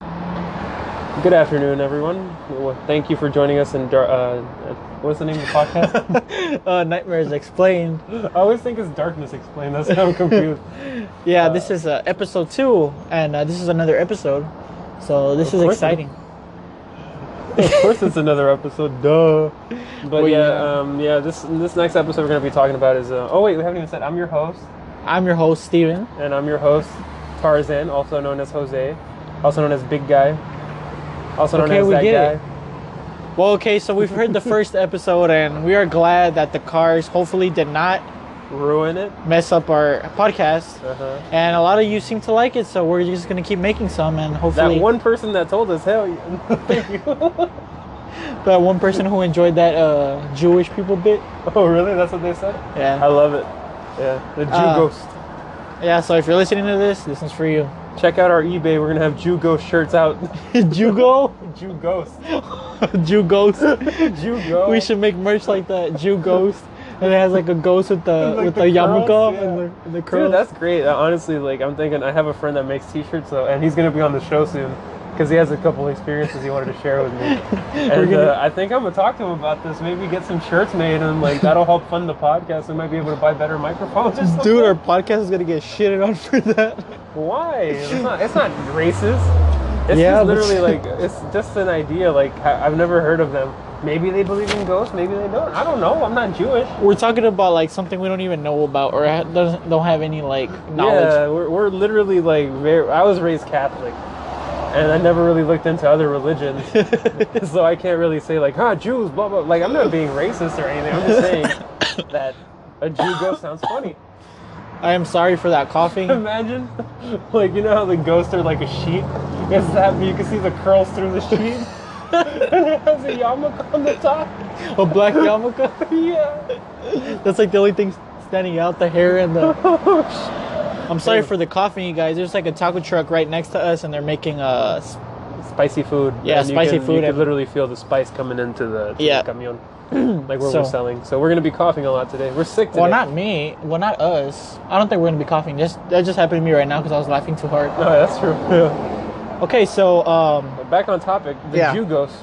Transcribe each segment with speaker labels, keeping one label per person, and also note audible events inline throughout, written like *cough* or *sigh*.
Speaker 1: Good afternoon, everyone. Well, Thank you for joining us in. Dar- uh, uh, what's the name of the
Speaker 2: *laughs*
Speaker 1: podcast?
Speaker 2: uh, Nightmares Explained.
Speaker 1: I always think it's Darkness Explained. That's how I'm confused.
Speaker 2: Yeah, this is uh, episode two, and uh, this is another episode. So this
Speaker 1: Of
Speaker 2: is
Speaker 1: course it
Speaker 2: exciting.
Speaker 1: of course, it's another episode. Duh. But
Speaker 2: Well,
Speaker 1: yeah,
Speaker 2: yeah.
Speaker 1: um, yeah. This this next episode we're gonna be talking about is. Uh, oh wait, we haven't even said. I'm your host,
Speaker 2: I'm your host, Steven.
Speaker 1: and I'm your host, Tarzan, also known as Jose, also known as Big Guy, also known
Speaker 2: Okay,
Speaker 1: as
Speaker 2: we
Speaker 1: that
Speaker 2: get
Speaker 1: guy.
Speaker 2: it. Well, okay, so
Speaker 1: *laughs*
Speaker 2: we've heard the first episode, and we are glad that the cars hopefully did not
Speaker 1: Ruin it.
Speaker 2: mess up our podcast.
Speaker 1: Uh huh.
Speaker 2: And a lot of you seem to like it, so we're just gonna keep making some, and
Speaker 1: That
Speaker 2: hopefully
Speaker 1: one person that told us, hell, yeah. *laughs* thank you.
Speaker 2: that one person who enjoyed that uh, Jewish people bit.
Speaker 1: oh, really? That's what they said? I
Speaker 2: Yeah,
Speaker 1: love it. Yeah, the Jew
Speaker 2: Uh,
Speaker 1: Ghost.
Speaker 2: yeah. So if you're listening to this, this is for you. *laughs*
Speaker 1: Check out our eBay. We're gonna have Jew Ghost shirts out. *laughs*
Speaker 2: Jugo, *laughs*
Speaker 1: Jew Ghost.
Speaker 2: Jew ghost.
Speaker 1: Jew Ghost.
Speaker 2: We should make merch like that, Jew ghost, and it has like a ghost with the
Speaker 1: Like
Speaker 2: with
Speaker 1: the
Speaker 2: the, yarmulke
Speaker 1: curls, yeah.
Speaker 2: and, the, and the curls.
Speaker 1: Dude, that's great. Uh, honestly, like I'm thinking, I have a friend that makes T-shirts, so and he's gonna be on the show soon because he has a couple experiences he wanted to share with
Speaker 2: *laughs*
Speaker 1: me. And
Speaker 2: gonna-
Speaker 1: uh, I think I'm gonna talk to him about this. Maybe get some shirts made, and like that'll help fund the podcast. We might be able to buy better microphones or something.
Speaker 2: Dude, our podcast is gonna get shitted on for that.
Speaker 1: Why? It's not, it's not racist. It's
Speaker 2: Yeah,
Speaker 1: just
Speaker 2: but-
Speaker 1: literally like it's just an idea. Like I- I've never heard of them. Maybe they believe in ghosts. Maybe they don't. I don't know. I'm not Jewish.
Speaker 2: We're talking about like something we don't even know about or ha- doesn't don't have any like knowledge.
Speaker 1: Yeah, we're, we're literally like very. I was raised Catholic, and I never really looked into other religions, so I can't really say like, "Ah, Jews," blah blah. Like I'm not being racist or anything. I'm just saying that a Jew ghost sounds funny.
Speaker 2: I am sorry for that coughing.
Speaker 1: Imagine, like you know how the ghosts are like a sheet. It's that, but you can see the curls through the sheet. *laughs* and it has a yarmulke on the top.
Speaker 2: a
Speaker 1: *laughs*
Speaker 2: black yarmulke.
Speaker 1: Yeah.
Speaker 2: That's like the only thing standing out. The hair and
Speaker 1: *laughs*
Speaker 2: the. I'm sorry for the coughing, you guys. There's like a taco truck right next to us, and they're making uh s-
Speaker 1: Spicy food.
Speaker 2: Yeah,
Speaker 1: And you
Speaker 2: spicy
Speaker 1: can- You
Speaker 2: food
Speaker 1: can
Speaker 2: and-
Speaker 1: literally feel the spice coming into the, to
Speaker 2: Yeah.
Speaker 1: the camion, *clears throat* like where we're
Speaker 2: So-
Speaker 1: selling. So we're gonna be coughing a lot today. We're sick today.
Speaker 2: Well, not me. Well, not us. I don't think we're gonna be coughing. Just that just happened to me right now because I was laughing too hard.
Speaker 1: *laughs* No, that's
Speaker 2: *laughs*
Speaker 1: true.
Speaker 2: Okay, so *laughs* um,
Speaker 1: but back on topic, the
Speaker 2: Yeah.
Speaker 1: Jew ghost.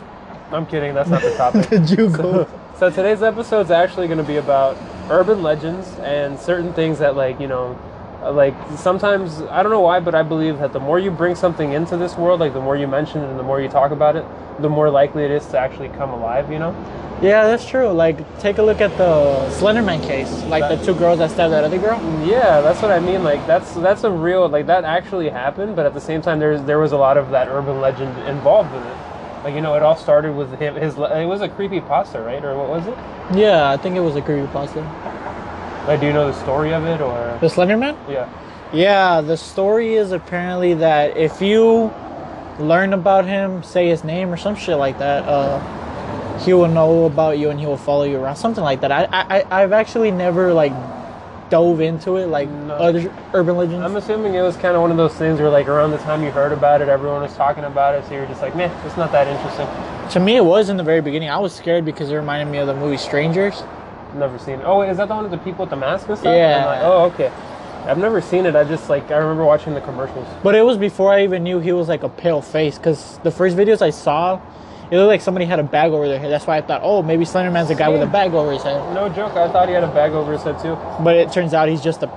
Speaker 1: I'm kidding. That's not the topic.
Speaker 2: *laughs* Jugo.
Speaker 1: so today's episode's actually going to be about urban legends and certain things that like you know uh, like sometimes i don't know why but i believe that the more you bring something into this world like the more you mention it and the more you talk about it the more likely it is to actually come alive you know
Speaker 2: yeah, that's true. Like, take a look at the Slenderman case. Like the two girls that stabbed that other girl.
Speaker 1: yeah that's what i mean like that's that's a real like that actually happened but at the same time there's there was a lot of that urban legend involved with it like you know it all started with him his le- it was a creepy pasta right or what was it
Speaker 2: Yeah, I think it was a creepypasta.
Speaker 1: like do you know the story of it or
Speaker 2: The Slenderman.
Speaker 1: yeah
Speaker 2: Yeah, the story is apparently that if you learn about him, say his name or some shit like that, uh, he will know about you and he will follow you around, something like that. I I I- I've actually never like dove into it like
Speaker 1: No.
Speaker 2: other urban legends.
Speaker 1: I'm assuming it was kind of one of those things where, like, around the time you heard about it, everyone was talking about it, so you were just like, meh, it's not that interesting.
Speaker 2: to me, it was in the very beginning. I was scared because it reminded me of the movie Strangers.
Speaker 1: Never seen it. Oh, wait, is that the one with the people with the mask and stuff?
Speaker 2: Yeah.
Speaker 1: I'm like, oh, okay. I've never seen it. I just, like, I remember watching the commercials.
Speaker 2: But it was before I even knew he was like a pale face because the first videos I saw, it looked like somebody had a bag over their head. That's why I thought, oh, maybe Slenderman's a guy with a bag over his head.
Speaker 1: No joke, I thought he had a bag over his head, too.
Speaker 2: But it turns out he's just a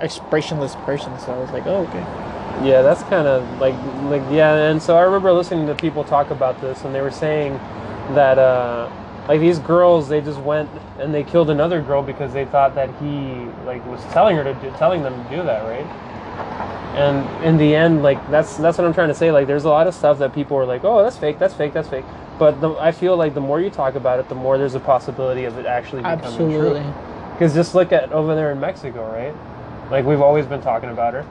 Speaker 2: expressionless person. So I was like, oh, okay.
Speaker 1: Yeah, that's kind of like like yeah. And so I remember listening to people talk about this, and they were saying that uh, like these girls, they just went and they killed another girl because they thought that he like was telling her to do, telling them to do that, right? And in the end, like that's that's what I'm trying to say. Like, there's a lot of stuff that people are like, "Oh, that's fake. That's fake. That's fake." But the, I feel like the more you talk about it, the more there's a possibility of it actually becoming true.
Speaker 2: Absolutely.
Speaker 1: Because just look at over there in Mexico, right? Like we've always been talking about her.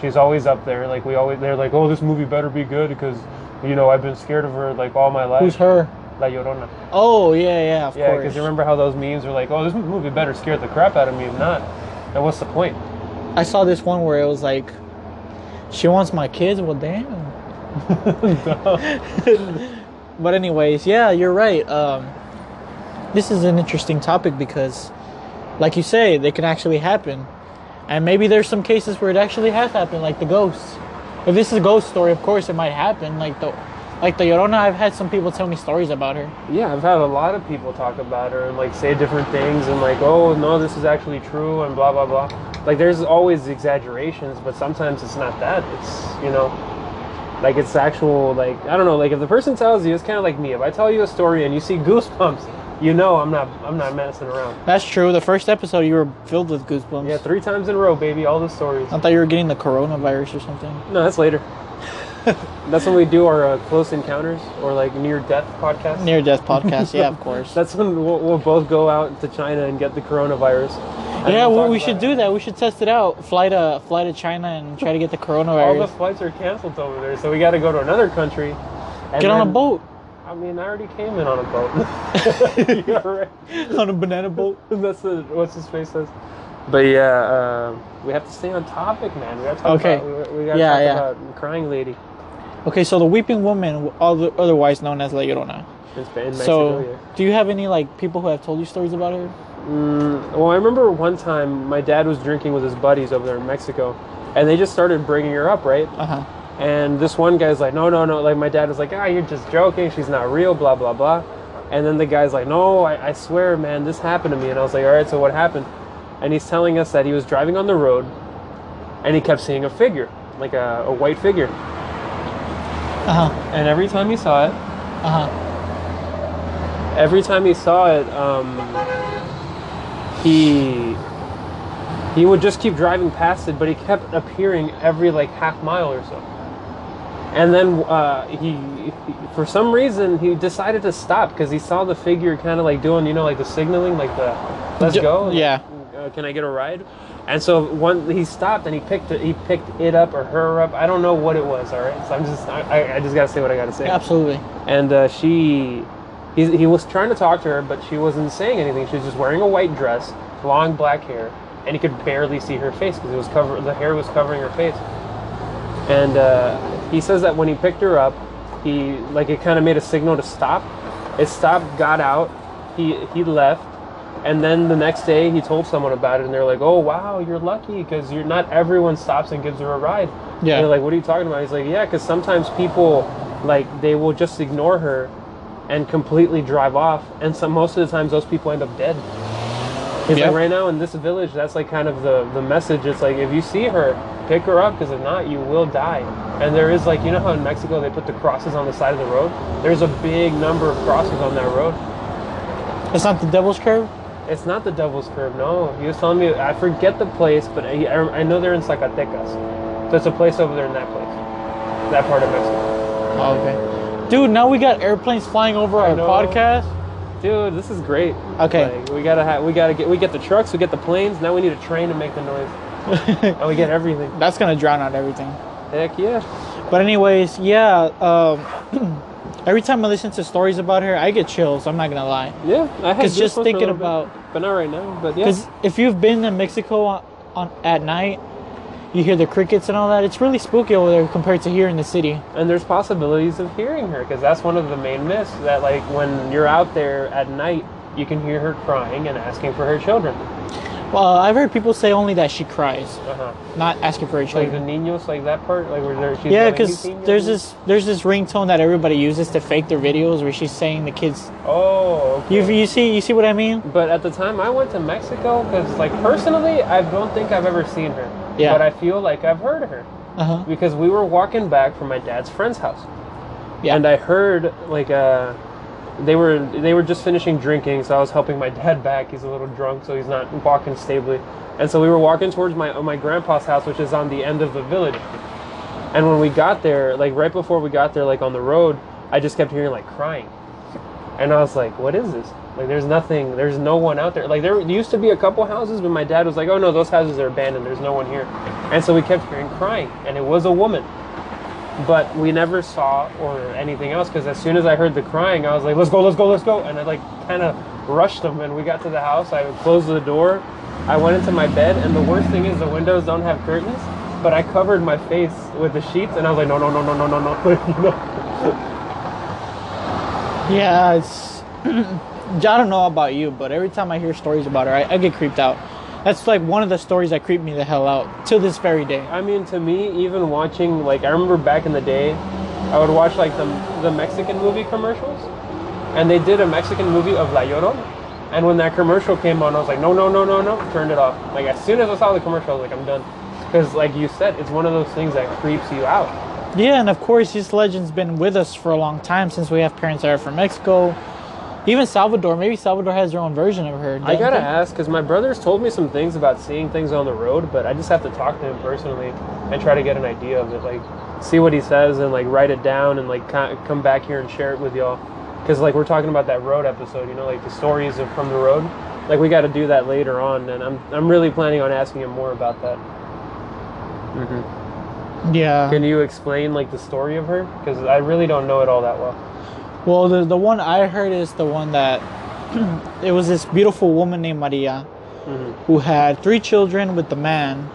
Speaker 1: She's always up there. Like we always, they're like, oh, this movie better be good because, you know, I've been scared of her like all my life.
Speaker 2: Who's her?
Speaker 1: La Llorona.
Speaker 2: Oh, yeah, yeah, of
Speaker 1: Yeah,
Speaker 2: course.
Speaker 1: because you remember how those memes were like, oh, this movie better scare the crap out of me. If not, then what's the point?
Speaker 2: I saw this one where it was like, she wants my kids? Well, damn. but anyways, yeah, you're right. Um, this is an interesting topic because, like you say, they can actually happen, and maybe there's some cases where it actually has happened, like the ghosts. If this is a ghost story, of course it might happen. Like the, like the Yorona, I've had some people tell me stories about her.
Speaker 1: Yeah, I've had a lot of people talk about her and like say different things and like, oh no, this is actually true and blah blah blah. Like there's always exaggerations, but sometimes it's not that. It's you know, like it's actual like I don't know. Like if the person tells you, it's kind of like me. If I tell you a story and you see goosebumps, you know I'm not I'm not messing around.
Speaker 2: That's true. The first episode, you were filled with goosebumps.
Speaker 1: Yeah, three times in a row, baby. All the stories.
Speaker 2: I thought you were getting the coronavirus or something.
Speaker 1: No, that's later. that's when we do our uh, close encounters or like near death podcast.
Speaker 2: Near death podcast, yeah,
Speaker 1: *laughs*
Speaker 2: of course.
Speaker 1: That's when we'll, we'll both go out to China and get the coronavirus. And
Speaker 2: yeah,
Speaker 1: we'll
Speaker 2: well,
Speaker 1: talk
Speaker 2: we
Speaker 1: about
Speaker 2: should
Speaker 1: it.
Speaker 2: do that. We should test it out. Fly to fly to China and try to get the
Speaker 1: All the
Speaker 2: coronavirus.
Speaker 1: flights are canceled over there, so we got to go to another country. and
Speaker 2: get on a
Speaker 1: then-
Speaker 2: boat.
Speaker 1: I mean, I already came in on a
Speaker 2: *laughs*
Speaker 1: boat. *laughs* You're right.
Speaker 2: on a banana boat.
Speaker 1: That's the, what's his face says. But yeah, um, we have to stay on topic, man. We got to talk
Speaker 2: Okay.
Speaker 1: about we, we got to
Speaker 2: Yeah,
Speaker 1: talk
Speaker 2: yeah.
Speaker 1: about crying lady
Speaker 2: Okay, so the weeping woman, other- otherwise known as La Llorona.
Speaker 1: in, Sp- in Mexico. yeah.
Speaker 2: So, do you have any like people who have told you stories about her?
Speaker 1: Mm, well, I remember one time my dad was drinking with his buddies over there in Mexico, and they just started bringing her up, right?
Speaker 2: Uh huh.
Speaker 1: And this one guy's like, no, no, no. Like, my dad was like, ah, you're just joking. She's not real, blah, blah, blah. And then the guy's like, no, I, I swear, man, this happened to me. And I was like, all right, so what happened? And he's telling us that he was driving on the road and he kept seeing a figure, like a, a white figure.
Speaker 2: Uh huh.
Speaker 1: And every time he saw it,
Speaker 2: Uh huh.
Speaker 1: every time he saw it, um, he he would just keep driving past it, but he kept appearing every like half mile or so. And then uh, he, he- for some reason, he decided to stop because he saw the figure kind of like doing, you know, like the signaling, like the let's
Speaker 2: Ju-
Speaker 1: go, like,
Speaker 2: yeah.
Speaker 1: uh, can I get a ride? And so one, he stopped and he picked it, he picked it up or her up. I don't know what it was. All right, so I'm just I, I- I just gotta say what I gotta say
Speaker 2: Absolutely.
Speaker 1: and uh, she he, he was trying to talk to her but she wasn't saying anything she was just wearing a white dress long black hair and he could barely see her face because it was cover the hair was covering her face and uh, he says that when he picked her up he like it kind of made a signal to stop it stopped got out he he left and then the next day he told someone about it and they're like oh wow you're lucky because you're not everyone stops and gives her a ride
Speaker 2: Yeah.
Speaker 1: And they're like what are you talking about he's like yeah because sometimes people like they will just ignore her and completely drive off and so most of the times those people end up dead it's
Speaker 2: Yeah.
Speaker 1: like right now in this village, that's like kind of the, the message. It's like if you see her, pick her up because if not, you will die. And there is like you know how in Mexico they put the crosses on the side of the road. There's a big number of crosses on that road.
Speaker 2: It's not the Devil's Curve.
Speaker 1: It's not the Devil's Curve. No, he was telling me I forget the place, but I, I I know they're in Zacatecas. So it's a place over there in that place, that part of Mexico.
Speaker 2: Oh, okay. Dude, now we got airplanes flying over our
Speaker 1: know.
Speaker 2: podcast.
Speaker 1: Dude, this is great.
Speaker 2: Okay.
Speaker 1: Like, we gotta ha- we gotta get we get the trucks, we get the planes. Now we need a train to make the
Speaker 2: *laughs*
Speaker 1: noise, and we get everything.
Speaker 2: That's gonna drown out everything.
Speaker 1: Heck yeah.
Speaker 2: But anyways, yeah. Um, *clears throat* every time I listen to stories about her, I get chills. I'm not gonna lie.
Speaker 1: Yeah, I had
Speaker 2: 'Cause just
Speaker 1: goosebumps for a
Speaker 2: thinking
Speaker 1: little bit,
Speaker 2: about-
Speaker 1: but not right now. But yeah,
Speaker 2: Because if you've been to Mexico on, on at night, you hear the crickets and all that. It's really spooky over there compared to here in the city.
Speaker 1: and there's possibilities of hearing her because that's one of the main myths that like when you're out there at night, you can hear her crying and asking for her children.
Speaker 2: Well, I've heard people say only that she cries,
Speaker 1: Uh-huh.
Speaker 2: not asking for her
Speaker 1: Like the
Speaker 2: children.
Speaker 1: niños, like that part, like where there, she's
Speaker 2: Yeah,
Speaker 1: yelling,
Speaker 2: because
Speaker 1: "Niños,
Speaker 2: there's
Speaker 1: niños."
Speaker 2: this there's this ringtone that everybody uses to fake their videos where she's saying the kids.
Speaker 1: Oh, okay.
Speaker 2: You you see you see what I mean?
Speaker 1: But at the time I went to Mexico, because like personally, I don't think I've ever seen her.
Speaker 2: Yeah.
Speaker 1: But I feel like I've heard her
Speaker 2: Uh huh.
Speaker 1: because we were walking back from my dad's friend's house.
Speaker 2: Yeah.
Speaker 1: and I heard like uh, they were they were just finishing drinking, so I was helping my dad back. He's a little drunk, so he's not walking stably, and so we were walking towards my my grandpa's house, which is on the end of the village. And when we got there, like right before we got there, like on the road, I just kept hearing like crying, and I was like, "What is this? Like, there's nothing, there's no one out there. Like, there used to be a couple houses, but my dad was like, "Oh no, those houses are abandoned. There's no one here," and so we kept hearing crying, and it was a woman but we never saw or anything else because as soon as I heard the crying, I was like, "Let's go, let's go, let's go!" And I like kind of rushed them, and we got to the house. I closed the door, I went into my bed, and the worst thing is the windows don't have curtains, but I covered my face with the sheets, and I was like, no, no, no, no, no, *laughs* no, no. You know?
Speaker 2: Yeah, it's. *clears throat* I don't know about you, but every time I hear stories about her, I, I get creeped out. That's like one of the stories that creep me the hell out till this very day.
Speaker 1: I mean, to me, even watching like I remember back in the day, I would watch like the the Mexican movie commercials, and they did a Mexican movie of La Llorona, and when that commercial came on, I was like, no, no, no, no, no, turned it off. Like as soon as I saw the commercial, I was like, I'm done, because like you said, it's one of those things that creeps you out.
Speaker 2: Yeah, and of course, this legend's been with us for a long time since we have parents that are from Mexico. Even Salvador, maybe Salvador has their own version of her.
Speaker 1: I
Speaker 2: don't
Speaker 1: gotta
Speaker 2: they?
Speaker 1: ask because my brother's told me some things about seeing things on the road, but I just have to talk to him personally and try to get an idea of it, like see what he says and like write it down and like co- come back here and share it with y'all, because like we're talking about that road episode, you know, like the stories of from the road. Like we got to do that later on, and I'm I'm really planning on asking him more about that.
Speaker 2: Mm-hmm.
Speaker 1: hmm
Speaker 2: Yeah.
Speaker 1: Can you explain like the story of her? Because I really don't know it all that well.
Speaker 2: Well, the, the one I heard is the one that *clears throat* it was this beautiful woman named Maria
Speaker 1: Mm-hmm.
Speaker 2: who had three children with the man.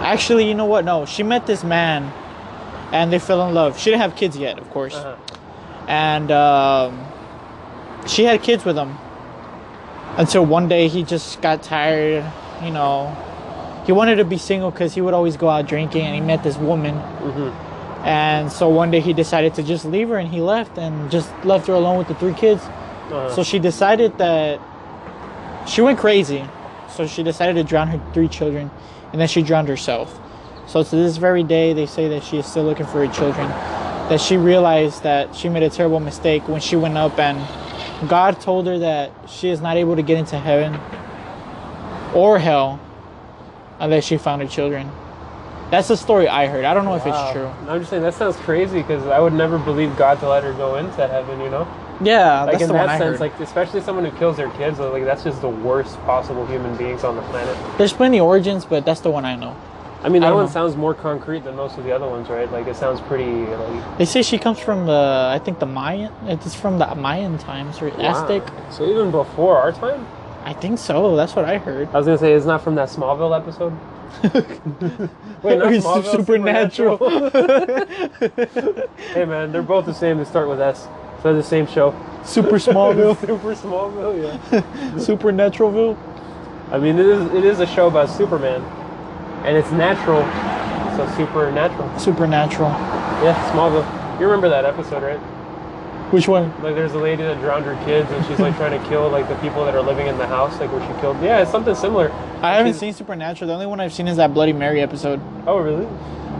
Speaker 2: Actually, you know what? No, she met this man and they fell in love. She didn't have kids yet, of course.
Speaker 1: Uh-huh.
Speaker 2: And um, she had kids with him until one day he just got tired, you know. He wanted to be single because he would always go out drinking and he met this woman.
Speaker 1: Mm-hmm.
Speaker 2: And so one day he decided to just leave her and he left and just left her alone with the three kids.
Speaker 1: Uh,
Speaker 2: So she decided that she went crazy. So she decided to drown her three children and then she drowned herself. So to this very day, they say that she is still looking for her children. That she realized that she made a terrible mistake when she went up and God told her that she is not able to get into heaven or hell unless she found her children. That's the story I heard. I don't know if
Speaker 1: wow.
Speaker 2: it's true.
Speaker 1: I'm just saying that sounds crazy because I would never believe God to let her go into heaven, you know.
Speaker 2: Yeah,
Speaker 1: like
Speaker 2: that's
Speaker 1: in
Speaker 2: the one
Speaker 1: that
Speaker 2: I
Speaker 1: sense,
Speaker 2: heard.
Speaker 1: like especially someone who kills their kids, like that's just the worst possible human beings on the planet.
Speaker 2: There's plenty of origins, but that's the one I know.
Speaker 1: I mean,
Speaker 2: I
Speaker 1: that
Speaker 2: don't
Speaker 1: one
Speaker 2: know.
Speaker 1: sounds more concrete than most of the other ones, right? Like it sounds pretty. Like,
Speaker 2: They say she comes from the, I think the Mayan. It's from the Mayan times or Aztec.
Speaker 1: Wow. So even before our time,
Speaker 2: I think so. That's what I heard.
Speaker 1: I was gonna say it's not from that Smallville
Speaker 2: *laughs*
Speaker 1: episode. Wait, not
Speaker 2: It's
Speaker 1: Smallville,
Speaker 2: supernatural.
Speaker 1: *laughs* hey man, they're both the same. They start with S. So they're the same
Speaker 2: *laughs*
Speaker 1: show.
Speaker 2: Super
Speaker 1: *laughs*
Speaker 2: Smallville,
Speaker 1: Super Smallville, yeah.
Speaker 2: Supernaturalville.
Speaker 1: I mean, it is it is a show about Superman, and it's natural, so supernatural.
Speaker 2: Supernatural.
Speaker 1: Yeah, Smallville. You remember that episode, right?
Speaker 2: Which one?
Speaker 1: Like there's a lady that drowned her kids and she's like trying to kill like the people that are living in the house, like where she killed. Yeah, it's something similar.
Speaker 2: I haven't seen Supernatural. The only one I've seen is that Bloody Mary episode.
Speaker 1: Oh really?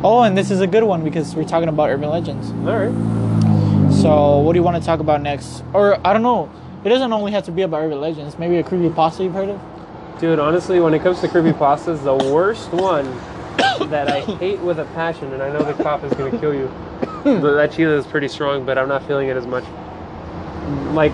Speaker 2: Oh, and this is a good one because we're talking about urban legends.
Speaker 1: All right.
Speaker 2: So, what do you want to talk about next? Or I don't know. It doesn't only have to be about urban legends. Maybe a creepy pasta
Speaker 1: *laughs*
Speaker 2: you've heard of.
Speaker 1: Dude, honestly, when it comes to creepypastas, the worst one that I hate with a passion, and I know the cop is gonna kill you. The- that Sheila is pretty strong, but I'm not feeling it as much. Like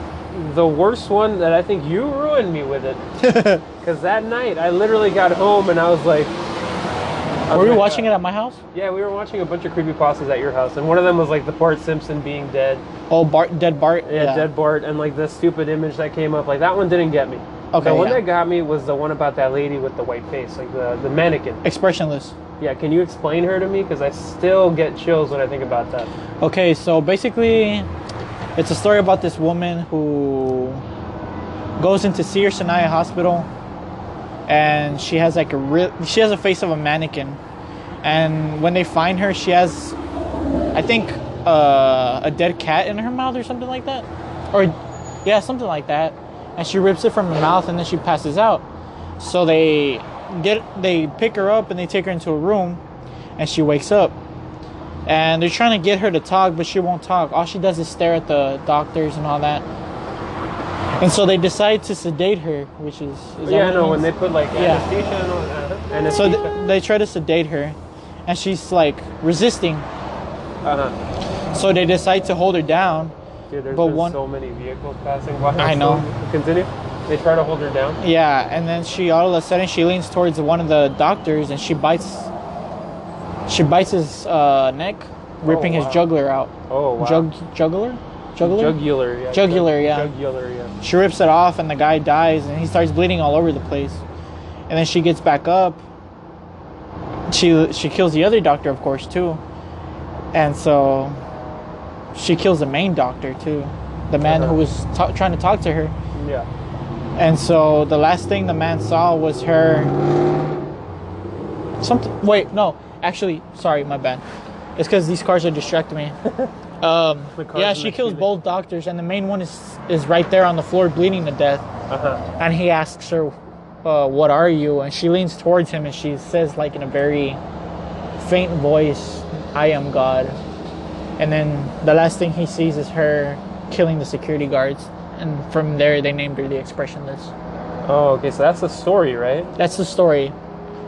Speaker 1: the worst one that I think you ruined me with it. Cause that night I literally got home and I was like I was
Speaker 2: Were we
Speaker 1: like,
Speaker 2: watching
Speaker 1: uh,
Speaker 2: it at my house?
Speaker 1: Yeah, we were watching a bunch of creepypastas at your house, and one of them was like the Bart Simpson being dead.
Speaker 2: Oh, Bart, dead Bart.
Speaker 1: Yeah, dead Bart, and like the stupid image that came up. Like that one didn't get me.
Speaker 2: Okay,
Speaker 1: The one
Speaker 2: yeah.
Speaker 1: that got me was the one about that lady with the white face, like the, the mannequin.
Speaker 2: Expressionless.
Speaker 1: Yeah, can you explain her to me? Because I still get chills when I think about that.
Speaker 2: Okay, so basically, it's a story about this woman who goes into Sear Sinai Hospital, and she has like a real, she has a face of a mannequin, and when they find her, she has, I think, uh, a dead cat in her mouth or something like that, or yeah, something like that, and she rips it from her mouth and then she passes out. So they get they pick her up and they take her into a room, and she wakes up and they're trying to get her to talk, but she won't talk. All she does is stare at the doctors and all that. And so they decide to sedate her, which is, is that
Speaker 1: yeah,
Speaker 2: what it
Speaker 1: no, when they
Speaker 2: means?
Speaker 1: put like
Speaker 2: Yeah.
Speaker 1: anesthesia and all that.
Speaker 2: so
Speaker 1: Anesthesia.
Speaker 2: th- they try to sedate her, and she's like resisting.
Speaker 1: uh-huh.
Speaker 2: So they decide to hold her down.
Speaker 1: Dude, there's
Speaker 2: but
Speaker 1: been
Speaker 2: one-
Speaker 1: so many vehicles passing by.
Speaker 2: I know.
Speaker 1: So- *laughs* continue. They try to hold her down.
Speaker 2: Yeah, and then she all of a sudden she leans towards one of the doctors and she bites. She bites his uh, neck, ripping
Speaker 1: wow.
Speaker 2: his jugular out.
Speaker 1: Oh wow.
Speaker 2: Jug jugular, jugular.
Speaker 1: Jugular. Yeah.
Speaker 2: Jugular, yeah.
Speaker 1: Jugular. Yeah.
Speaker 2: She rips it off, and the guy dies, and he starts bleeding all over the place. And then she gets back up, she she kills the other doctor, of course, too, and so she kills the main doctor too, the man
Speaker 1: Uh-huh.
Speaker 2: who was ta- trying to talk to her.
Speaker 1: Yeah.
Speaker 2: And so the last thing the man saw was her. Something. Wait, no. Actually, sorry, my bad. It's because these cars are distracting me. Um,
Speaker 1: The cars
Speaker 2: yeah,
Speaker 1: in
Speaker 2: she
Speaker 1: the
Speaker 2: kills
Speaker 1: ceiling.
Speaker 2: both doctors, and the main one is is right there on the floor, bleeding to death.
Speaker 1: Uh huh.
Speaker 2: And he asks her, uh, "What are you?" And she leans towards him, and she says, like in a very faint voice, "I am God." And then the last thing he sees is her killing the security guards, and from there they named her the Expressionless.
Speaker 1: Oh, okay. So that's the story, right?
Speaker 2: That's the story.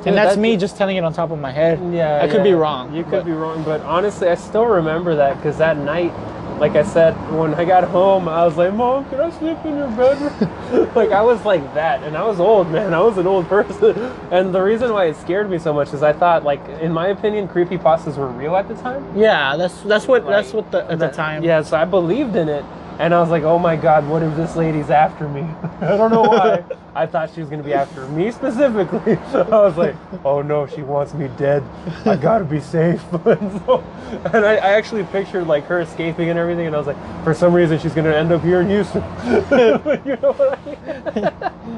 Speaker 1: Dude,
Speaker 2: And that's
Speaker 1: that-
Speaker 2: me just telling it on top of my head.
Speaker 1: Yeah,
Speaker 2: I could be
Speaker 1: yeah.
Speaker 2: wrong.
Speaker 1: You could
Speaker 2: but-
Speaker 1: be wrong, but honestly, I still remember that because that night, like I said, when I got home, I was like, "Mom, can I sleep in your bedroom?" *laughs* like I was like that, and I was old, man. I was an old person, *laughs* and the reason why it scared me so much is I thought, like, in my opinion, creepy pastas were real at the time.
Speaker 2: Yeah, that's that's what that's
Speaker 1: Like,
Speaker 2: what the at the time.
Speaker 1: Yeah, so I believed in it, and I was like, "Oh my God, what if this lady's after me?" *laughs* I don't know why. I thought she was gonna be after me specifically. *laughs* I was like, "Oh no, she wants me dead. I gotta be safe." *laughs* and so, and I, I actually pictured like her escaping and everything, and I was like, "For some reason, she's gonna end up here in Houston." *laughs* you know what I mean?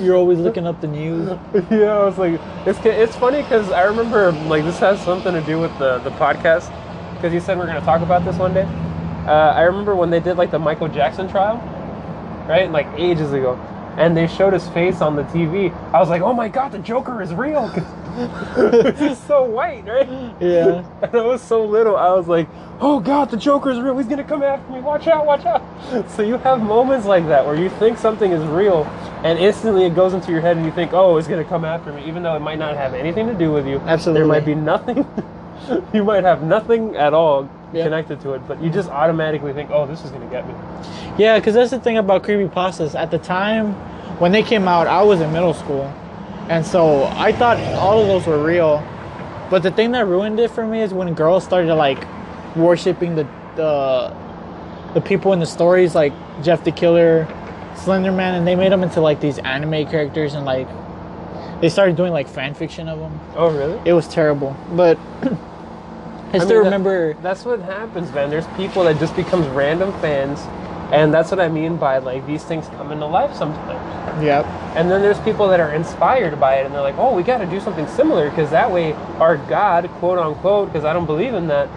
Speaker 2: You're always looking up the news.
Speaker 1: *laughs* yeah, I was like, it's ki- it's funny because I remember like this has something to do with the the podcast because you said we are gonna talk about this one day. Uh, I remember when they did like the Michael Jackson trial, right? Like ages ago, and they showed his face on the TV. I was like, oh my god, the Joker is real. *laughs* 'Cause he's so white, right?
Speaker 2: Yeah.
Speaker 1: *laughs* And I was so little, I was like, oh god, the Joker's real. He's gonna come after me. Watch out, watch out. *laughs* So you have moments like that where you think something is real and instantly it goes into your head and you think, oh, it's gonna come after me, even though it might not have anything to do with you.
Speaker 2: Absolutely.
Speaker 1: There might be nothing. *laughs* you might have nothing at all
Speaker 2: Yeah.
Speaker 1: connected to it, but you just automatically think, oh, this is gonna get me.
Speaker 2: Yeah, because that's the thing about creepy pastas. At the time when they came out, I was in middle school, and so I thought all of those were real. But the thing that ruined it for me is when girls started like worshiping the the, the people in the stories, like Jeff the Killer, Slender Man, and they made them into like these anime characters, and like they started doing like fan fiction of them.
Speaker 1: Oh, really?
Speaker 2: It was terrible, but *clears throat* I still
Speaker 1: mean, that-
Speaker 2: remember.
Speaker 1: That's what happens, man. There's people that just becomes random fans, and that's what I mean by like these things come into life sometimes.
Speaker 2: yeah,
Speaker 1: And then there's people that are inspired by it and they're like, oh, we got to do something similar because that way our God, quote unquote, because I don't believe in that,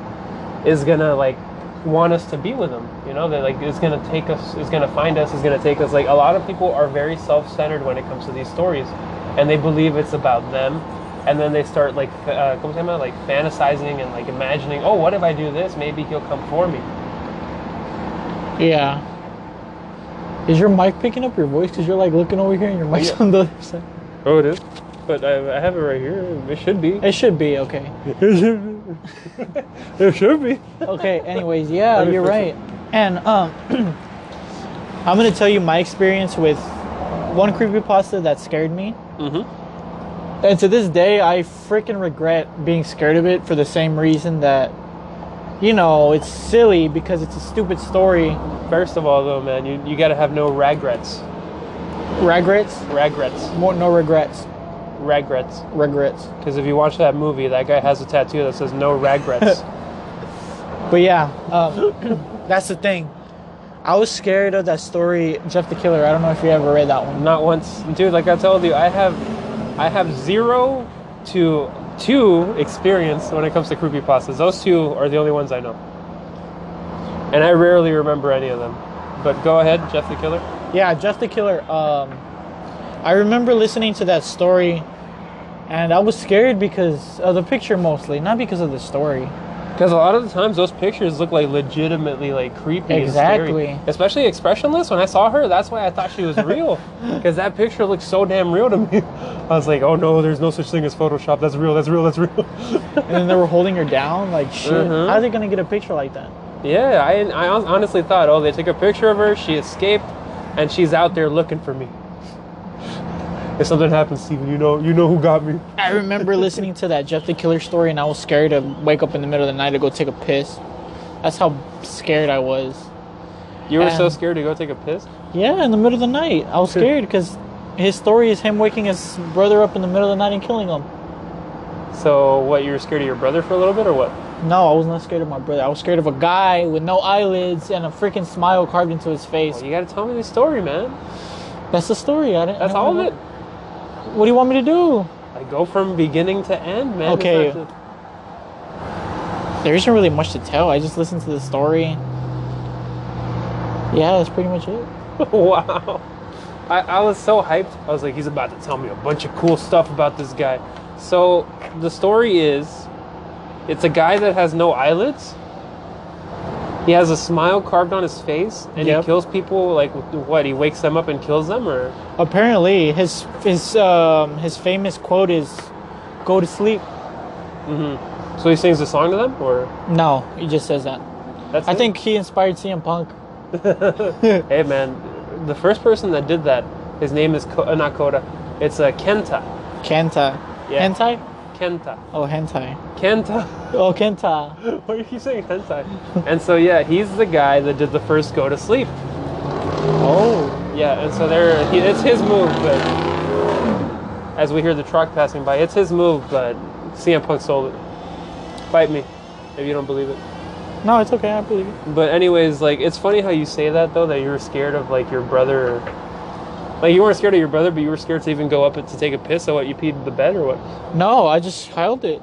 Speaker 1: is going to like want us to be with him. You know, they're like, it's going to take us, it's going to find us, it's going to take us. Like, a lot of people are very self centered when it comes to these stories and they believe it's about them. And then they start like, f- uh, ¿cómo se llama? like fantasizing and like imagining, oh, what if I do this? Maybe he'll come for me.
Speaker 2: yeah. Is your mic picking up your voice? Cause you're like looking over here and your mic's
Speaker 1: Yeah.
Speaker 2: on the other side.
Speaker 1: Oh, it is. But I, I have it right here. It should be.
Speaker 2: It should be okay.
Speaker 1: *laughs* It should be. *laughs*
Speaker 2: Okay. Anyways, yeah,
Speaker 1: Let me
Speaker 2: you're
Speaker 1: fix
Speaker 2: right. And um, *clears throat* I'm gonna tell you my experience with one creepypasta that scared me.
Speaker 1: Mm-hmm.
Speaker 2: And to this day, I freaking regret being scared of it for the same reason that, you know, it's silly because it's a stupid story.
Speaker 1: First of all, though, man, you, you gotta have no regrets.
Speaker 2: Regrets?
Speaker 1: Regrets.
Speaker 2: More, no regrets.
Speaker 1: Regrets.
Speaker 2: Regrets.
Speaker 1: Because if you watch that movie, that guy has a tattoo that says no regrets.
Speaker 2: But yeah, um, *coughs* that's the thing. I was scared of that story, Jeff the Killer. I don't know if you ever read that one.
Speaker 1: Not once. Dude, like I told you, I have I have zero to two experience when it comes to creepypastas. Those two are the only ones I know. And I rarely remember any of them. But go ahead, Jeff the Killer.
Speaker 2: Yeah, Jeff the Killer. Um, I remember listening to that story, and I was scared because of the picture mostly, not because of the story.
Speaker 1: Because a lot of the times those pictures look like legitimately like creepy. and scary.
Speaker 2: Exactly.
Speaker 1: Especially expressionless. When I saw her, that's why I thought she was
Speaker 2: *laughs*
Speaker 1: real. Because that picture looked so damn real to me. *laughs* I was like, oh no, there's no such thing as Photoshop. That's real. That's real. That's real. *laughs*
Speaker 2: And then they were holding her down, like shit.
Speaker 1: Mhm.
Speaker 2: How are they gonna get a picture like that?
Speaker 1: yeah, I, I hon- honestly thought, oh, they took a picture of her. She escaped, and she's out there looking for me. *laughs* If something happens, Steven, you know, you know who got me.
Speaker 2: I remember listening to that Jeff the Killer story, and I was scared to wake up in the middle of the night to go take a piss. That's how scared I was.
Speaker 1: You were so
Speaker 2: Um,
Speaker 1: scared to go take a piss.
Speaker 2: Yeah, in the middle of the night, I was scared because his story is him waking his brother up in the middle of the night and killing him.
Speaker 1: So what? You were scared of your brother for a little bit, or what?
Speaker 2: No, I was not scared of my brother. I was scared of a guy with no eyelids and a freaking smile carved into his face.
Speaker 1: Well, you gotta tell me the story, man.
Speaker 2: That's the story. I didn't.
Speaker 1: That's
Speaker 2: I
Speaker 1: all of
Speaker 2: don't
Speaker 1: it.
Speaker 2: know. What do you want me to do?
Speaker 1: I go from beginning to end, man. It's
Speaker 2: Okay.
Speaker 1: not the-
Speaker 2: There isn't really much to tell. I just listened to the story. Yeah, that's pretty much
Speaker 1: *laughs*
Speaker 2: it.
Speaker 1: wow. I, I was so hyped. I was like, he's about to tell me a bunch of cool stuff about this guy. So the story is, it's a guy that has no eyelids. He has a smile carved on his face, and
Speaker 2: Yep.
Speaker 1: he kills people. Like with- what? He wakes them up and kills them, or
Speaker 2: Apparently, his his um his famous quote is, "Go to sleep."
Speaker 1: so he sings a song to them, or
Speaker 2: No, he just says that.
Speaker 1: that's.
Speaker 2: I
Speaker 1: it?
Speaker 2: think he inspired CM Punk.
Speaker 1: Hey man, the first person that did that, his name is Ko- uh, not Koda. It's uh, Kenta.
Speaker 2: Kenta.
Speaker 1: Yeah.
Speaker 2: Hentai?
Speaker 1: Kenta.
Speaker 2: Oh, hentai.
Speaker 1: Kenta.
Speaker 2: Oh,
Speaker 1: *laughs*
Speaker 2: Kenta.
Speaker 1: Why are you saying hentai? and so yeah, he's the guy that did the first go to sleep.
Speaker 2: Oh.
Speaker 1: Yeah, and so there, he, it's his move. But as we hear the truck passing by, it's his move. But CM Punk sold it. Fight me if you don't believe it.
Speaker 2: No, it's okay. I believe you.
Speaker 1: But anyways, like it's funny how you say that though that you were scared of like your brother. Like you weren't scared of your brother, but you were scared to even go up to take a piss. So what? You peed the bed or what?
Speaker 2: No, I just held it.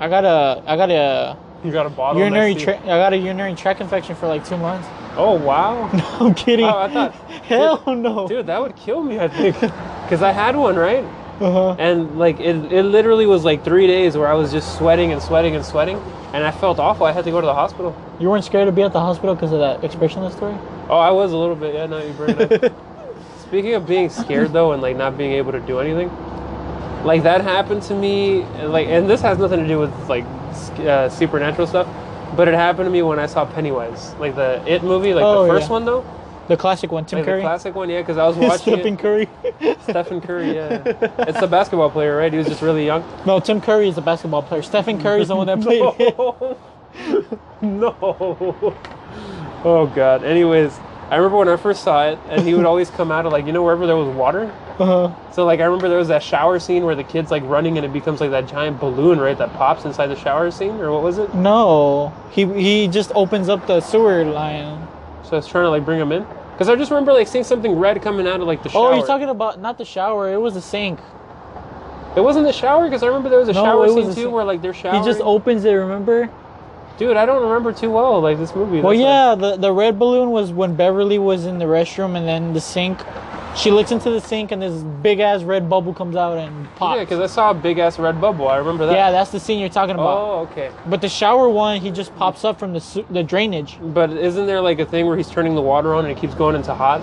Speaker 2: I got a I got a
Speaker 1: You got a bottle. next
Speaker 2: urinary
Speaker 1: to you.
Speaker 2: tra- I got a urinary tract infection for like two months. *laughs*
Speaker 1: Oh wow.
Speaker 2: No, I'm kidding.
Speaker 1: Oh, I thought-
Speaker 2: *laughs* Hell no.
Speaker 1: Dude, that would kill me, I think. *laughs* Because I had one, right?
Speaker 2: Uh-huh.
Speaker 1: And, like, it, it literally was like three days where I was just sweating and sweating and sweating. And I felt awful. I had to go to the hospital.
Speaker 2: You weren't scared to be at the hospital because of that expressionless story?
Speaker 1: Oh, I was a little bit. Yeah, no, you bring
Speaker 2: *laughs*
Speaker 1: it up. Speaking of being scared, though, and, like, not being able to do anything, like, that happened to me. and, Like, and this has nothing to do with, like, s- uh, supernatural stuff. But it happened to me when I saw Pennywise. Like, the It movie, like,
Speaker 2: Oh,
Speaker 1: the first
Speaker 2: yeah.
Speaker 1: one, though.
Speaker 2: The classic one, Tim
Speaker 1: Like, the
Speaker 2: Curry. *laughs*
Speaker 1: classic one, yeah, because I was watching
Speaker 2: Stephen
Speaker 1: it.
Speaker 2: Curry. *laughs*
Speaker 1: Stephen Curry, yeah. It's the basketball player, right? He was just really
Speaker 2: *laughs*
Speaker 1: young.
Speaker 2: no, Tim Curry is a basketball player. Stephen Curry is
Speaker 1: *laughs*
Speaker 2: the one that played it.
Speaker 1: no. Oh god. Anyways, I remember when I first saw it, and he would always come out of like you know wherever there was water.
Speaker 2: Uh-huh.
Speaker 1: So like I remember there was that shower scene where the kid's like running and it becomes like that giant balloon, right? That pops inside the shower scene, or what was it?
Speaker 2: No, he he just opens up the sewer line.
Speaker 1: So I was trying to like bring him in, because I just remember like seeing something red coming out of like the shower.
Speaker 2: Oh, you're talking about not the shower. It was the sink.
Speaker 1: It wasn't the shower, because I remember there was a
Speaker 2: No,
Speaker 1: shower
Speaker 2: it was
Speaker 1: scene
Speaker 2: the
Speaker 1: too,
Speaker 2: sink.
Speaker 1: where like they're
Speaker 2: He
Speaker 1: showering.
Speaker 2: just opens it. Remember?
Speaker 1: Dude, I don't remember too well like this movie.
Speaker 2: Well,
Speaker 1: that's why.
Speaker 2: yeah. The the red balloon was when Beverly was in the restroom, and then the sink. She looks into the sink, and this big ass red bubble comes out and pops.
Speaker 1: Yeah, because I saw a big ass red bubble. I remember that.
Speaker 2: Yeah, that's the scene you're talking about.
Speaker 1: Oh, okay.
Speaker 2: But the shower one, he just pops up from the su- the drainage.
Speaker 1: But isn't there like a thing where he's turning the water on and it keeps going into hot?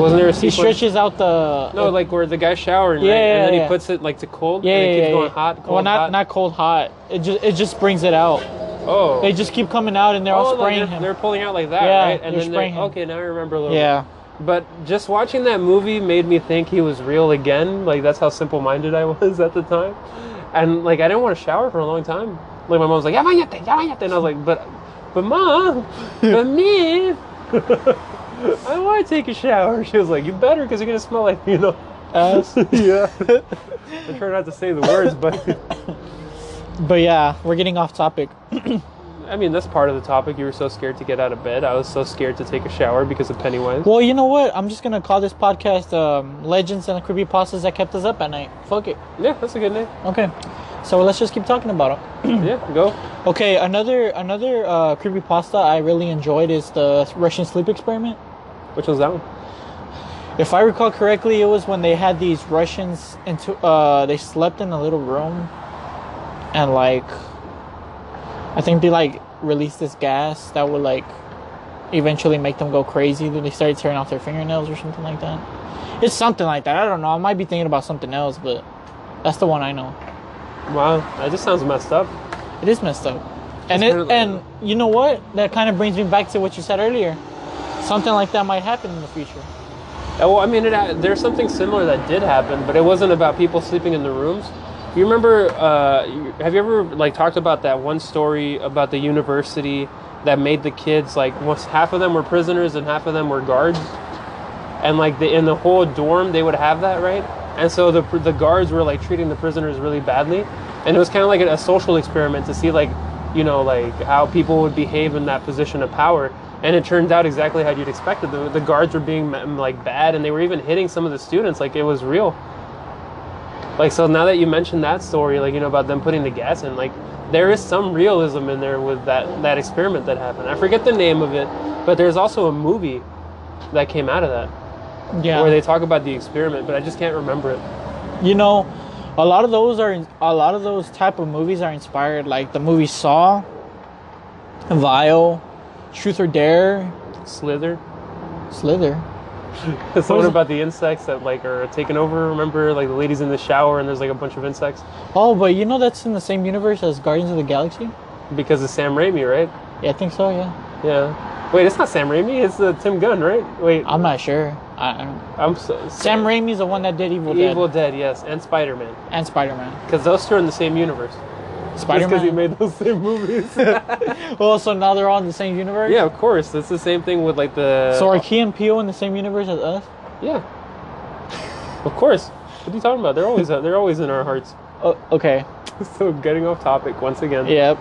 Speaker 1: Wasn't there a
Speaker 2: He
Speaker 1: sequence?
Speaker 2: stretches out the.
Speaker 1: No, like where the guy's showering,
Speaker 2: Yeah,
Speaker 1: right?
Speaker 2: yeah,
Speaker 1: and then
Speaker 2: yeah.
Speaker 1: he puts it like to cold,
Speaker 2: yeah,
Speaker 1: and it
Speaker 2: yeah,
Speaker 1: keeps
Speaker 2: yeah,
Speaker 1: going
Speaker 2: yeah.
Speaker 1: hot, cold,
Speaker 2: Well, not
Speaker 1: hot.
Speaker 2: not cold, hot. It just it just springs it out.
Speaker 1: oh.
Speaker 2: They just keep coming out, and they're
Speaker 1: oh,
Speaker 2: all
Speaker 1: like,
Speaker 2: spraying
Speaker 1: they're,
Speaker 2: him.
Speaker 1: they're pulling out like that,
Speaker 2: Yeah,
Speaker 1: right? And
Speaker 2: they're
Speaker 1: then
Speaker 2: spraying
Speaker 1: they're,
Speaker 2: him.
Speaker 1: okay, now I remember a little.
Speaker 2: yeah.
Speaker 1: bit. But just watching that movie made me think he was real again. Like that's how simple-minded I *laughs* was at the time, and like I didn't want to shower for a long time. Like my mom was like, "Ya bañate, ya bañate," and I was like, "But, but mom, but me." I don't want to take a shower. *laughs* She was like, "You better, because you're gonna smell like you know."
Speaker 2: Ass.
Speaker 1: yeah. I try not to say the words, but *laughs*
Speaker 2: But yeah, we're getting off topic.
Speaker 1: I mean that's part of the topic. You were so scared to get out of bed. I was so scared to take a shower because of Pennywise.
Speaker 2: Well, you know what? I'm just gonna call this podcast um, "Legends and the Creepy Pastas That Kept Us Up at Night." Fuck it.
Speaker 1: Yeah, that's a good name. *clears throat*
Speaker 2: Okay. So let's just keep talking about them.
Speaker 1: yeah, go.
Speaker 2: Okay, another another uh, creepy pasta I really enjoyed is the Russian sleep experiment.
Speaker 1: Which one's that one?
Speaker 2: If I recall correctly, it was when they had these Russians into uh, they slept in a little room, and like, I think they like released this gas that would like eventually make them go crazy. Then they started tearing off their fingernails or something like that. It's something like that. I don't know. I might be thinking about something else, but that's the one I know.
Speaker 1: Wow, that just sounds messed up.
Speaker 2: It is messed up. And
Speaker 1: It's
Speaker 2: it,
Speaker 1: really-
Speaker 2: and you know what? That kind of brings me back to what you said earlier. Something like that might happen in the future.
Speaker 1: Uh, Well, I mean, it, ha- there's something similar that did happen, but it wasn't about people sleeping in the rooms. You remember? Uh, you- have you ever like talked about that one story about the university that made the kids like once half of them were prisoners and half of them were guards, and like the, in the whole dorm they would have that right, And so the pr- the guards were like treating the prisoners really badly, and it was kind of like a, a social experiment to see like, you know, like how people would behave in that position of power. And it turned out exactly how you'd expected. The, the guards were being mm, like bad, and they were even hitting some of the students. Like it was real. Like so now that you mentioned that story, like you know about them putting the gas in, like there is some realism in there with that that experiment that happened. I forget the name of it, but there's also a movie that came out of that
Speaker 2: Yeah.
Speaker 1: where they talk about the experiment, but I just can't remember it.
Speaker 2: you know a lot of those are a lot of those type of movies are inspired like the movie saw vile truth or dare
Speaker 1: Slither.
Speaker 2: slither
Speaker 1: It's the
Speaker 2: What
Speaker 1: one
Speaker 2: is it?
Speaker 1: about the insects that like are taking over. Remember, like the ladies in the shower and there's like a bunch of insects
Speaker 2: oh but you know that's in the same universe as guardians of the galaxy
Speaker 1: because of Sam Raimi, right?
Speaker 2: yeah i think so yeah
Speaker 1: Yeah. Wait, it's not Sam Raimi. It's uh, Tim Gunn, right? Wait,
Speaker 2: i'm not sure I, I don't-
Speaker 1: I'm so,
Speaker 2: sam raimi's the one that did evil,
Speaker 1: Evil
Speaker 2: dead
Speaker 1: Dead, yes, and Spider Man,
Speaker 2: and spider-man
Speaker 1: because those two are in the same universe. Just because he
Speaker 2: spider-man
Speaker 1: made those same
Speaker 2: *laughs*
Speaker 1: movies.
Speaker 2: well so now they're all in the same universe
Speaker 1: yeah, of course. It's the same thing with like the.
Speaker 2: so are key and Peele in the same universe as us
Speaker 1: Yeah. of course. What are you talking about? They're always uh, they're always in our hearts. *laughs*
Speaker 2: oh, okay
Speaker 1: So getting off topic once again.
Speaker 2: yep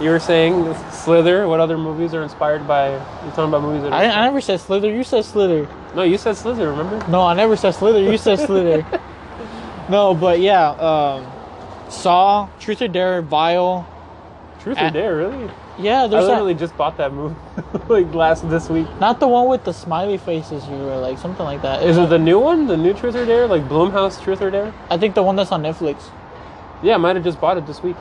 Speaker 1: You were saying Slither. What other movies are inspired by? You're talking about movies that. Are
Speaker 2: I, I never said slither you said slither
Speaker 1: no, you said Slither. Remember?
Speaker 2: No, I never said Slither. You said *laughs* Slither. no, but yeah, um, Saw, Truth or Dare, Vile.
Speaker 1: Truth
Speaker 2: Uh,
Speaker 1: or Dare? Really?
Speaker 2: Yeah,
Speaker 1: I
Speaker 2: there's that,
Speaker 1: literally just bought that movie *laughs* like last this week.
Speaker 2: not the one with the smiley faces. You were like something like that.
Speaker 1: Is it the new one? The new Truth or Dare? Like Bloomhouse Truth or Dare?
Speaker 2: I think the one that's on Netflix.
Speaker 1: Yeah, I might have just bought it this week.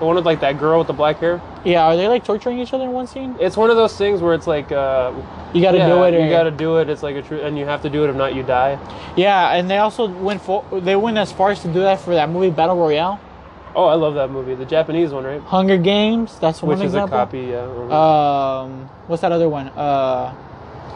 Speaker 1: The one with like that girl with the black hair.
Speaker 2: Yeah, are they like torturing each other in one scene?
Speaker 1: It's one of those things where it's like, uh,
Speaker 2: You gotta
Speaker 1: yeah,
Speaker 2: do it. Or,
Speaker 1: you gotta do it. It's like a truth, and you have to do it. If not, you die.
Speaker 2: Yeah, and they also went for they went as far as to do that for that movie Battle Royale,
Speaker 1: Oh, I love that movie. The Japanese one, right?
Speaker 2: Hunger Games. That's one
Speaker 1: Which is
Speaker 2: example.
Speaker 1: a copy. Yeah. mhm.
Speaker 2: Um, what's that other one? Uh,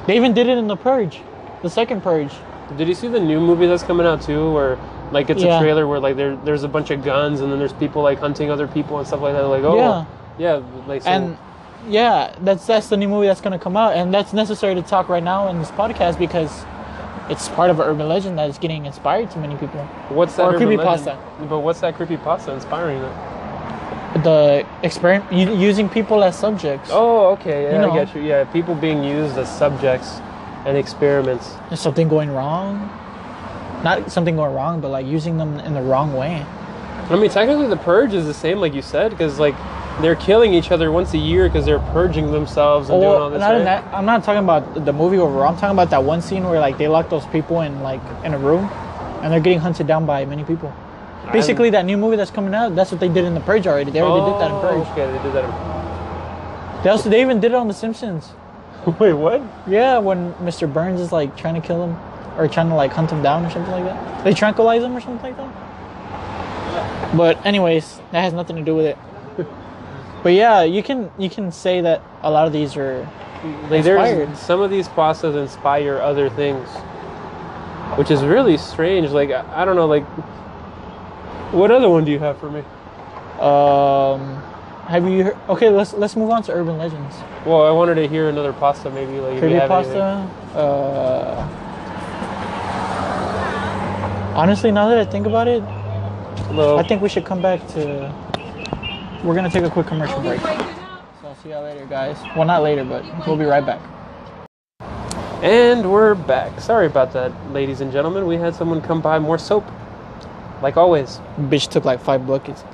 Speaker 2: they even did it in the Purge, the second Purge.
Speaker 1: Did you see the new movie that's coming out too, where like it's
Speaker 2: Yeah.
Speaker 1: a trailer where like there there's a bunch of guns and then there's people like hunting other people and stuff like that. Like oh
Speaker 2: Yeah.
Speaker 1: yeah, like so,
Speaker 2: and yeah, that's that's the new movie that's gonna come out, and that's necessary to talk right now in this podcast because it's part of an urban legend that is getting inspired to many people.
Speaker 1: what's that
Speaker 2: or
Speaker 1: urban
Speaker 2: creepypasta.
Speaker 1: legend- But what's that creepy pasta inspiring it?
Speaker 2: The experiment u- using people as subjects.
Speaker 1: Oh okay, yeah,
Speaker 2: You know.
Speaker 1: I get you. Yeah, people being used as subjects and experiments.
Speaker 2: There's something going wrong. Not something going wrong, but like using them in the wrong way.
Speaker 1: I mean, technically the purge is the same, like you said, because like they're killing each other once a year because they're purging themselves and doing all
Speaker 2: Or
Speaker 1: this.
Speaker 2: not in
Speaker 1: right?
Speaker 2: that, I'm not talking about the movie overall. I'm talking about that one scene where like they lock those people in like in a room, and they're getting hunted down by many people. Basically, that new movie that's coming out, that's what they did in the Purge already. They already did that in
Speaker 1: Oh,
Speaker 2: Purge.
Speaker 1: Okay, they did that. In-
Speaker 2: They also they even did it on The Simpsons.
Speaker 1: Oh. *laughs* Wait, what?
Speaker 2: Yeah, when Mr. Burns is like trying to kill him or trying to like hunt him down or something like that. They tranquilize him or something like that. But anyways, that has nothing to
Speaker 1: *laughs*
Speaker 2: do with it. But yeah, you can you can say that a lot of these are
Speaker 1: Like there's
Speaker 2: Inspired.
Speaker 1: some of these pastas inspire other things, which is really strange. Like I, I don't know. Like what other one do you have for me?
Speaker 2: um have you heard, okay, let's let's move on to urban legends.
Speaker 1: Well, I wanted to hear another pasta. Maybe like if you
Speaker 2: Kirby
Speaker 1: have
Speaker 2: pasta.
Speaker 1: anything.
Speaker 2: Uh, honestly, now that I think about it,
Speaker 1: No.
Speaker 2: I think we should come back to. We're gonna take a quick commercial break.
Speaker 3: Break it up.
Speaker 2: So I'll see y'all later, guys. Well, not later, but we'll be right back.
Speaker 1: And we're back. Sorry about that, ladies and gentlemen. We had someone come buy more soap, like
Speaker 2: *laughs*
Speaker 1: always.
Speaker 2: Bitch took like five buckets.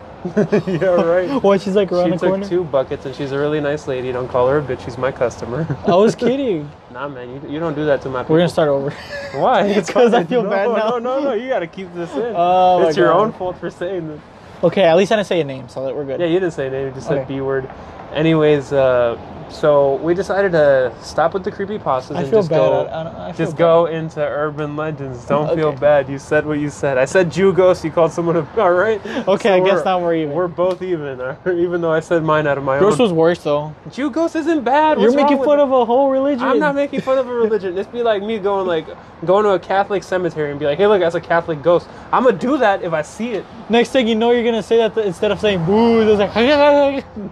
Speaker 1: yeah, *laughs* right.
Speaker 2: What? She's like around
Speaker 1: She
Speaker 2: the
Speaker 1: took
Speaker 2: corner.
Speaker 1: two buckets, and she's a really nice lady. Don't call her a bitch. She's my customer. *laughs*
Speaker 2: I was kidding.
Speaker 1: nah, man, you, you don't do that to my. People.
Speaker 2: We're gonna start over. *laughs*
Speaker 1: Why? *laughs* It's
Speaker 2: 'cause I
Speaker 1: fine.
Speaker 2: feel
Speaker 1: no,
Speaker 2: bad now.
Speaker 1: No, no, no. You gotta keep this in.
Speaker 2: *laughs* Oh, my
Speaker 1: it's your
Speaker 2: God.
Speaker 1: own fault for saying this.
Speaker 2: okay, at least I didn't say a name, so that we're good.
Speaker 1: Yeah, you didn't say name. You just said
Speaker 2: Okay.
Speaker 1: B word. Anyways, uh, so we decided to stop with the creepy pastas
Speaker 2: I
Speaker 1: and
Speaker 2: feel
Speaker 1: just
Speaker 2: bad.
Speaker 1: go.
Speaker 2: I, I, don't- I feel
Speaker 1: just
Speaker 2: bad.
Speaker 1: go into urban legends. Don't feel
Speaker 2: Okay.
Speaker 1: bad. You said what you said. I said Jew ghost. You called someone a. *laughs* All right.
Speaker 2: Okay, I guess now we're even.
Speaker 1: We're both even, *laughs* even though I said mine out of my
Speaker 2: Yours
Speaker 1: own.
Speaker 2: was worse though.
Speaker 1: Jew ghost isn't bad.
Speaker 2: You're
Speaker 1: What's wrong
Speaker 2: making
Speaker 1: with
Speaker 2: fun
Speaker 1: it?
Speaker 2: of a whole religion.
Speaker 1: I'm not making fun of a religion. It'd be like me going like going to a Catholic cemetery and be like, "Hey, look, that's a Catholic ghost." I'm gonna do that if I see *laughs* it.
Speaker 2: Next thing you know, you're gonna say that th- instead of saying boo, there's like.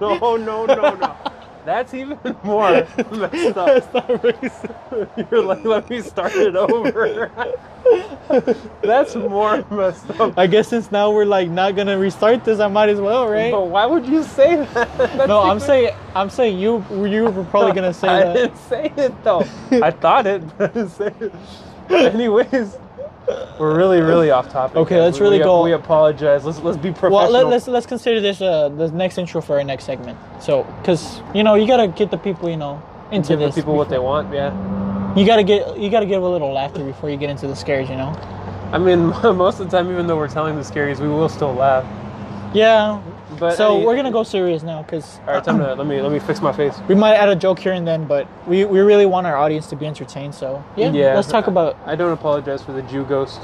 Speaker 1: No, no, no, no. *laughs* That's even more messed up.
Speaker 2: *laughs* That's not
Speaker 1: *laughs*
Speaker 2: racist. *laughs*
Speaker 1: You're like, let me start it over. *laughs* That's more messed *laughs* up.
Speaker 2: I guess since now we're like not gonna restart this, I might as well, right?
Speaker 1: But why would you say that? *laughs* That's
Speaker 2: no, I'm
Speaker 1: even-
Speaker 2: saying I'm saying you you were probably gonna
Speaker 1: *laughs*
Speaker 2: say
Speaker 1: I
Speaker 2: that.
Speaker 1: didn't say it though. I thought it, but I didn't say it. Anyways, we're really, really off topic.
Speaker 2: Okay,
Speaker 1: guys.
Speaker 2: let's
Speaker 1: We-
Speaker 2: really
Speaker 1: we,
Speaker 2: go-
Speaker 1: We apologize. Let's let's be professional.
Speaker 2: Well, let, let's let's consider this uh the next intro for our next segment. So, cause you know you gotta get the people you know into
Speaker 1: give the
Speaker 2: this.
Speaker 1: people what they want. Yeah.
Speaker 2: You gotta get you gotta give a little laughter before you get into the scares, you know.
Speaker 1: I mean, *laughs* most of the time, even though we're telling the scaries, we will still laugh.
Speaker 2: Yeah.
Speaker 1: But
Speaker 2: so
Speaker 1: any-
Speaker 2: we're gonna go serious now, cause
Speaker 1: All right, time to let me let me fix my face.
Speaker 2: we might add a joke here and then, but we, we really want our audience to be entertained. So yeah, let's talk about
Speaker 1: I don't apologize for the Jew
Speaker 2: *laughs*
Speaker 1: ghost.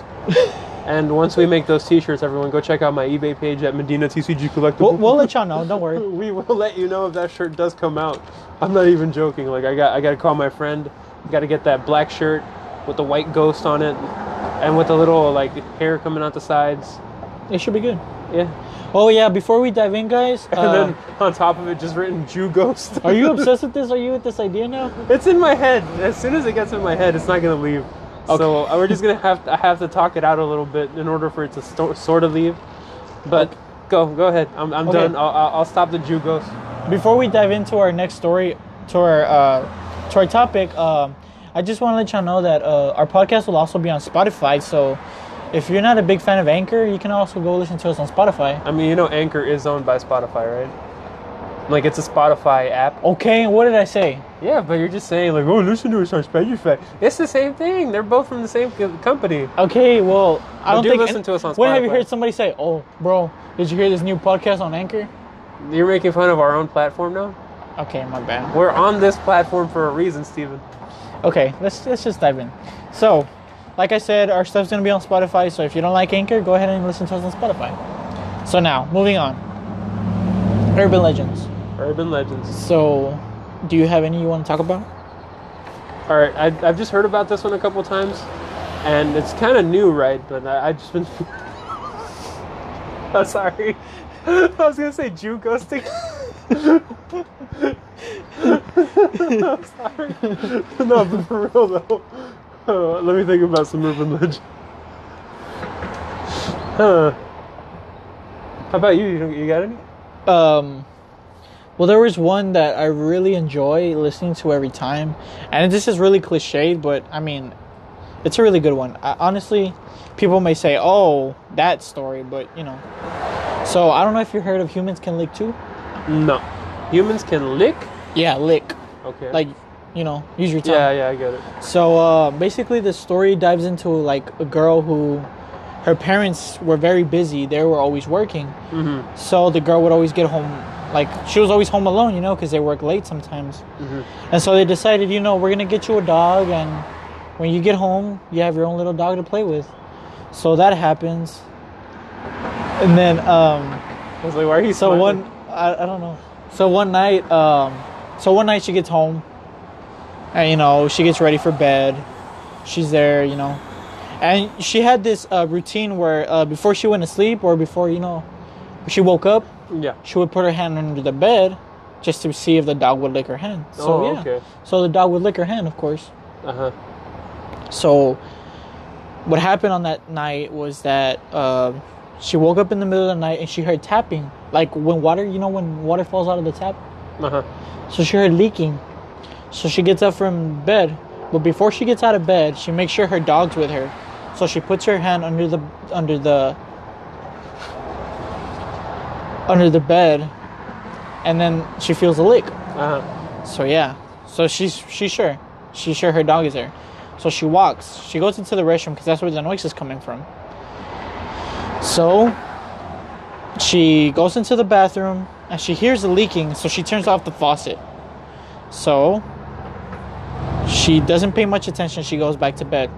Speaker 1: and once we make those T-shirts, everyone go check out my eBay page at Medina TCG Collectible.
Speaker 2: We'll, we'll let y'all know. Don't
Speaker 1: *laughs*
Speaker 2: worry.
Speaker 1: we will let you know if that shirt does come out. I'm not even joking. Like I got I got to call my friend. Got to get that black shirt with the white ghost on it, and with the little like hair coming out the sides.
Speaker 2: It should be good.
Speaker 1: Yeah.
Speaker 2: Oh yeah, before we dive in, *laughs* guys,
Speaker 1: And
Speaker 2: uh,
Speaker 1: then on top of it, just written Jew ghost.
Speaker 2: are you obsessed with this? Are you with this idea now?
Speaker 1: It's in my head. As soon as it gets in my head, it's not gonna leave. So uh, we're just gonna have to, I have to talk it out a little bit in order for it to sto- sort of leave. But go, go ahead. I'm, I'm
Speaker 2: Okay.
Speaker 1: done. I'll, I'll I'll stop the Jew ghost.
Speaker 2: Before we dive into our next story, to our uh, to our topic, um, I just want to let y'all know that uh, our podcast will also be on Spotify. So if you're not a big fan of Anchor, you can also go listen to us on Spotify.
Speaker 1: I mean, you know, Anchor is owned by Spotify, right? Like it's a Spotify app.
Speaker 2: Okay, what did I say?
Speaker 1: Yeah, but you're just saying like, oh, listen to us on Spotify. It's the same thing. They're both from the same co- company.
Speaker 2: Okay, well,
Speaker 1: But
Speaker 2: I don't
Speaker 1: do
Speaker 2: think.
Speaker 1: listen to us on
Speaker 2: When have you
Speaker 1: Spotify.
Speaker 2: heard somebody say, "Oh, bro, did you hear this new podcast on Anchor?"
Speaker 1: You're making fun of our own platform now.
Speaker 2: Okay, my bad.
Speaker 1: We're on this platform for a reason, Steven.
Speaker 2: Okay, let's let's just dive in. So, like I said, our stuff's gonna be on Spotify. So if you don't like Anchor, go ahead and listen to us on Spotify. So now, moving on. Urban legends.
Speaker 1: Urban legends.
Speaker 2: So, do you have any you want to talk about?
Speaker 1: All right, I, I've just heard about this one a couple times, and it's kind of new, right? But I, I just been. *laughs* I'm sorry. *laughs* I was gonna say Jew ghosting. *laughs* I'm sorry. *laughs* No, but for real though. *laughs* Uh, let me think about some urban legend. Huh. How about you? You, you got any?
Speaker 2: Um, well, there was one that I really enjoy listening to every time, and this is really cliched, but I mean, it's a really good one. I, honestly, people may say, "Oh, that story," but you know. So I don't know if you heard of humans can lick too.
Speaker 1: No. Humans can lick?
Speaker 2: Yeah, lick.
Speaker 1: Okay.
Speaker 2: Like, you know, use your tongue.
Speaker 1: Yeah, yeah, I get it.
Speaker 2: So uh, basically, the story dives into like a girl who, her parents were very busy. They were always working.
Speaker 1: Mm-hmm.
Speaker 2: So the girl would always get home, like she was always home alone, you know, because they work late sometimes.
Speaker 1: Mm-hmm.
Speaker 2: And so they decided, you know, we're gonna get you a dog, and when you get home, you have your own little dog to play with. So that happens. And then, um,
Speaker 1: I was like, why are you
Speaker 2: so
Speaker 1: smiling?
Speaker 2: one, I, I don't know. So one night, um, so one night she gets home, and you know she gets ready for bed. She's there, you know, and she had this uh, routine where uh, before she went to sleep or before you know she woke up,
Speaker 1: Yeah.
Speaker 2: she would put her hand under the bed just to see if the dog would lick her hand. So
Speaker 1: Oh,
Speaker 2: yeah,
Speaker 1: okay.
Speaker 2: so the dog would lick her hand, of course.
Speaker 1: Uh huh.
Speaker 2: So, what happened on that night was that uh, she woke up in the middle of the night and she heard tapping, like when water, you know, when water falls out of the tap.
Speaker 1: Uh huh.
Speaker 2: So she heard leaking. So she gets up from bed, but before she gets out of bed, she makes sure her dog's with her. So she puts her hand under the under the under the bed, and then she feels a lick.
Speaker 1: Uh huh.
Speaker 2: So yeah, so she's she's sure, she's sure her dog is there. So she walks. She goes into the restroom because that's where the noise is coming from. So she goes into the bathroom and she hears the leaking. So she turns off the faucet. So she doesn't pay much attention. She goes back to bed.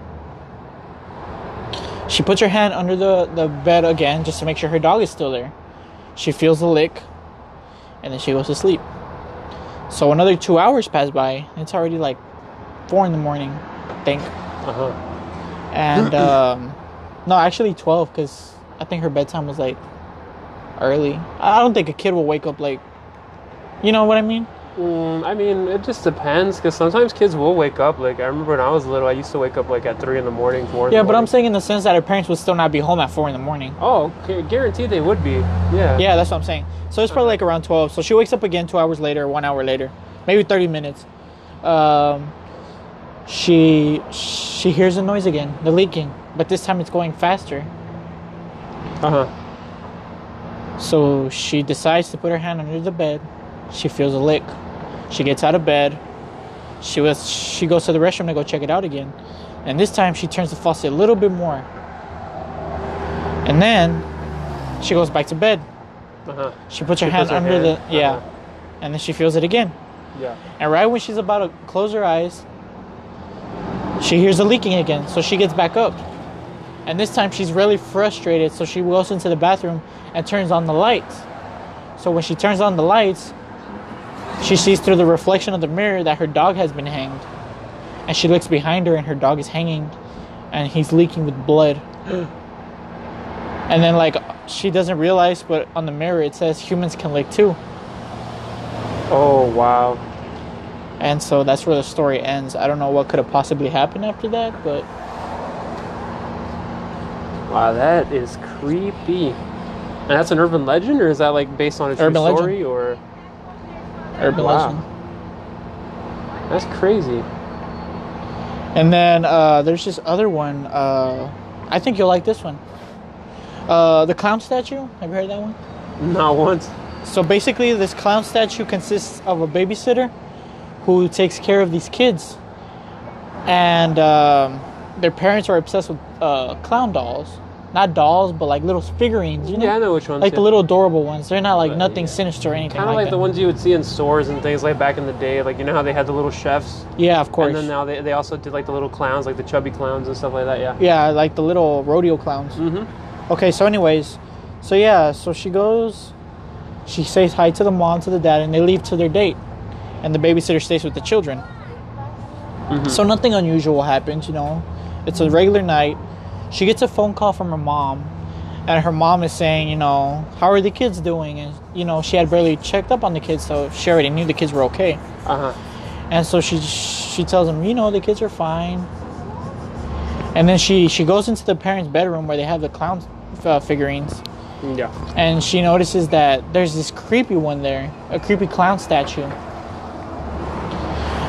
Speaker 2: She puts her hand under the, the bed again just to make sure her dog is still there. She feels the lick and then she goes to sleep. So another two hours pass by. It's already like four in the morning, I think.
Speaker 1: Uh huh.
Speaker 2: And um, no, actually twelve, because I think her bedtime was like early. I I don't think a kid will wake up like, you know what I mean?
Speaker 1: Mm, I mean, it just depends because sometimes kids will wake up. Like I remember when I was little, I used to wake up like at three in the morning, four. in the
Speaker 2: Yeah, but I'm
Speaker 1: morning.
Speaker 2: saying in the sense that her parents would still not be home at four in the morning.
Speaker 1: Oh, gu- guaranteed they would be. Yeah.
Speaker 2: Yeah, that's what I'm saying. So it's probably like around 12. So she wakes up again two hours later, one hour later, maybe 30 minutes. Um, she she hears a noise again, the leaking, but this time it's going faster.
Speaker 1: Uh huh.
Speaker 2: So she decides to put her hand under the bed. She feels a lick. She gets out of bed. She was she goes to the restroom to go check it out again. And this time she turns the faucet a little bit more. And then she goes back to bed.
Speaker 1: Uh huh.
Speaker 2: She puts her hand
Speaker 1: puts her
Speaker 2: under
Speaker 1: hand,
Speaker 2: the yeah.
Speaker 1: uh-huh.
Speaker 2: And then she feels it again.
Speaker 1: Yeah.
Speaker 2: And right when she's about to close her eyes, she hears the leaking again. So she gets back up. And this time she's really frustrated. So she goes into the bathroom and turns on the lights. So when she turns on the lights, she sees through the reflection of the mirror that her dog has been hanged. And she looks behind her and her dog is hanging and he's leaking with blood. *gasps* and then, like, she doesn't realize, but on the mirror it says humans can lick too.
Speaker 1: Oh wow.
Speaker 2: And so that's where the story ends. I don't know what could have possibly happened after that, but
Speaker 1: Wow, that is creepy. And that's an urban legend, or is that like based on a true
Speaker 2: Urban legend.
Speaker 1: story? Or
Speaker 2: urban
Speaker 1: Wow.
Speaker 2: legend.
Speaker 1: that's crazy.
Speaker 2: And then uh, there's this other one. Uh, I think you'll like this one. Uh, the clown statue. Have you heard that one?
Speaker 1: Not once.
Speaker 2: So basically, this clown statue consists of a babysitter who takes care of these kids, and um, their parents are obsessed with uh, clown dolls. Not dolls, but like little figurines. You know?
Speaker 1: Yeah, I know which ones.
Speaker 2: Like the
Speaker 1: yeah.
Speaker 2: little adorable ones. They're not like
Speaker 1: Right,
Speaker 2: nothing
Speaker 1: yeah.
Speaker 2: sinister or anything.
Speaker 1: Kind of
Speaker 2: like,
Speaker 1: like
Speaker 2: that.
Speaker 1: the ones you would see in stores and things like back in the day. Like you know how they had the little chefs,
Speaker 2: Yeah, of course.
Speaker 1: and then now they, they also did like the little clowns, like the chubby clowns and stuff like that. Yeah.
Speaker 2: Yeah, like the little rodeo clowns.
Speaker 1: Mm-hmm.
Speaker 2: Okay, so anyways, so yeah, so she goes, she says hi to the mom, to the dad, and they leave to their date, and the babysitter stays with the children. So nothing unusual happens, you know. It's a regular night. She gets a phone call from her mom, and her mom is saying, you know, how are the kids doing? And you know, she had barely checked up on the kids, so she already knew the kids were okay.
Speaker 1: Uh huh.
Speaker 2: And so she she tells him, you know, the kids are fine. And then she she goes into the parents' bedroom where they have the clown uh, figurines,
Speaker 1: Yeah.
Speaker 2: and she notices that there's this creepy one there, a creepy clown statue.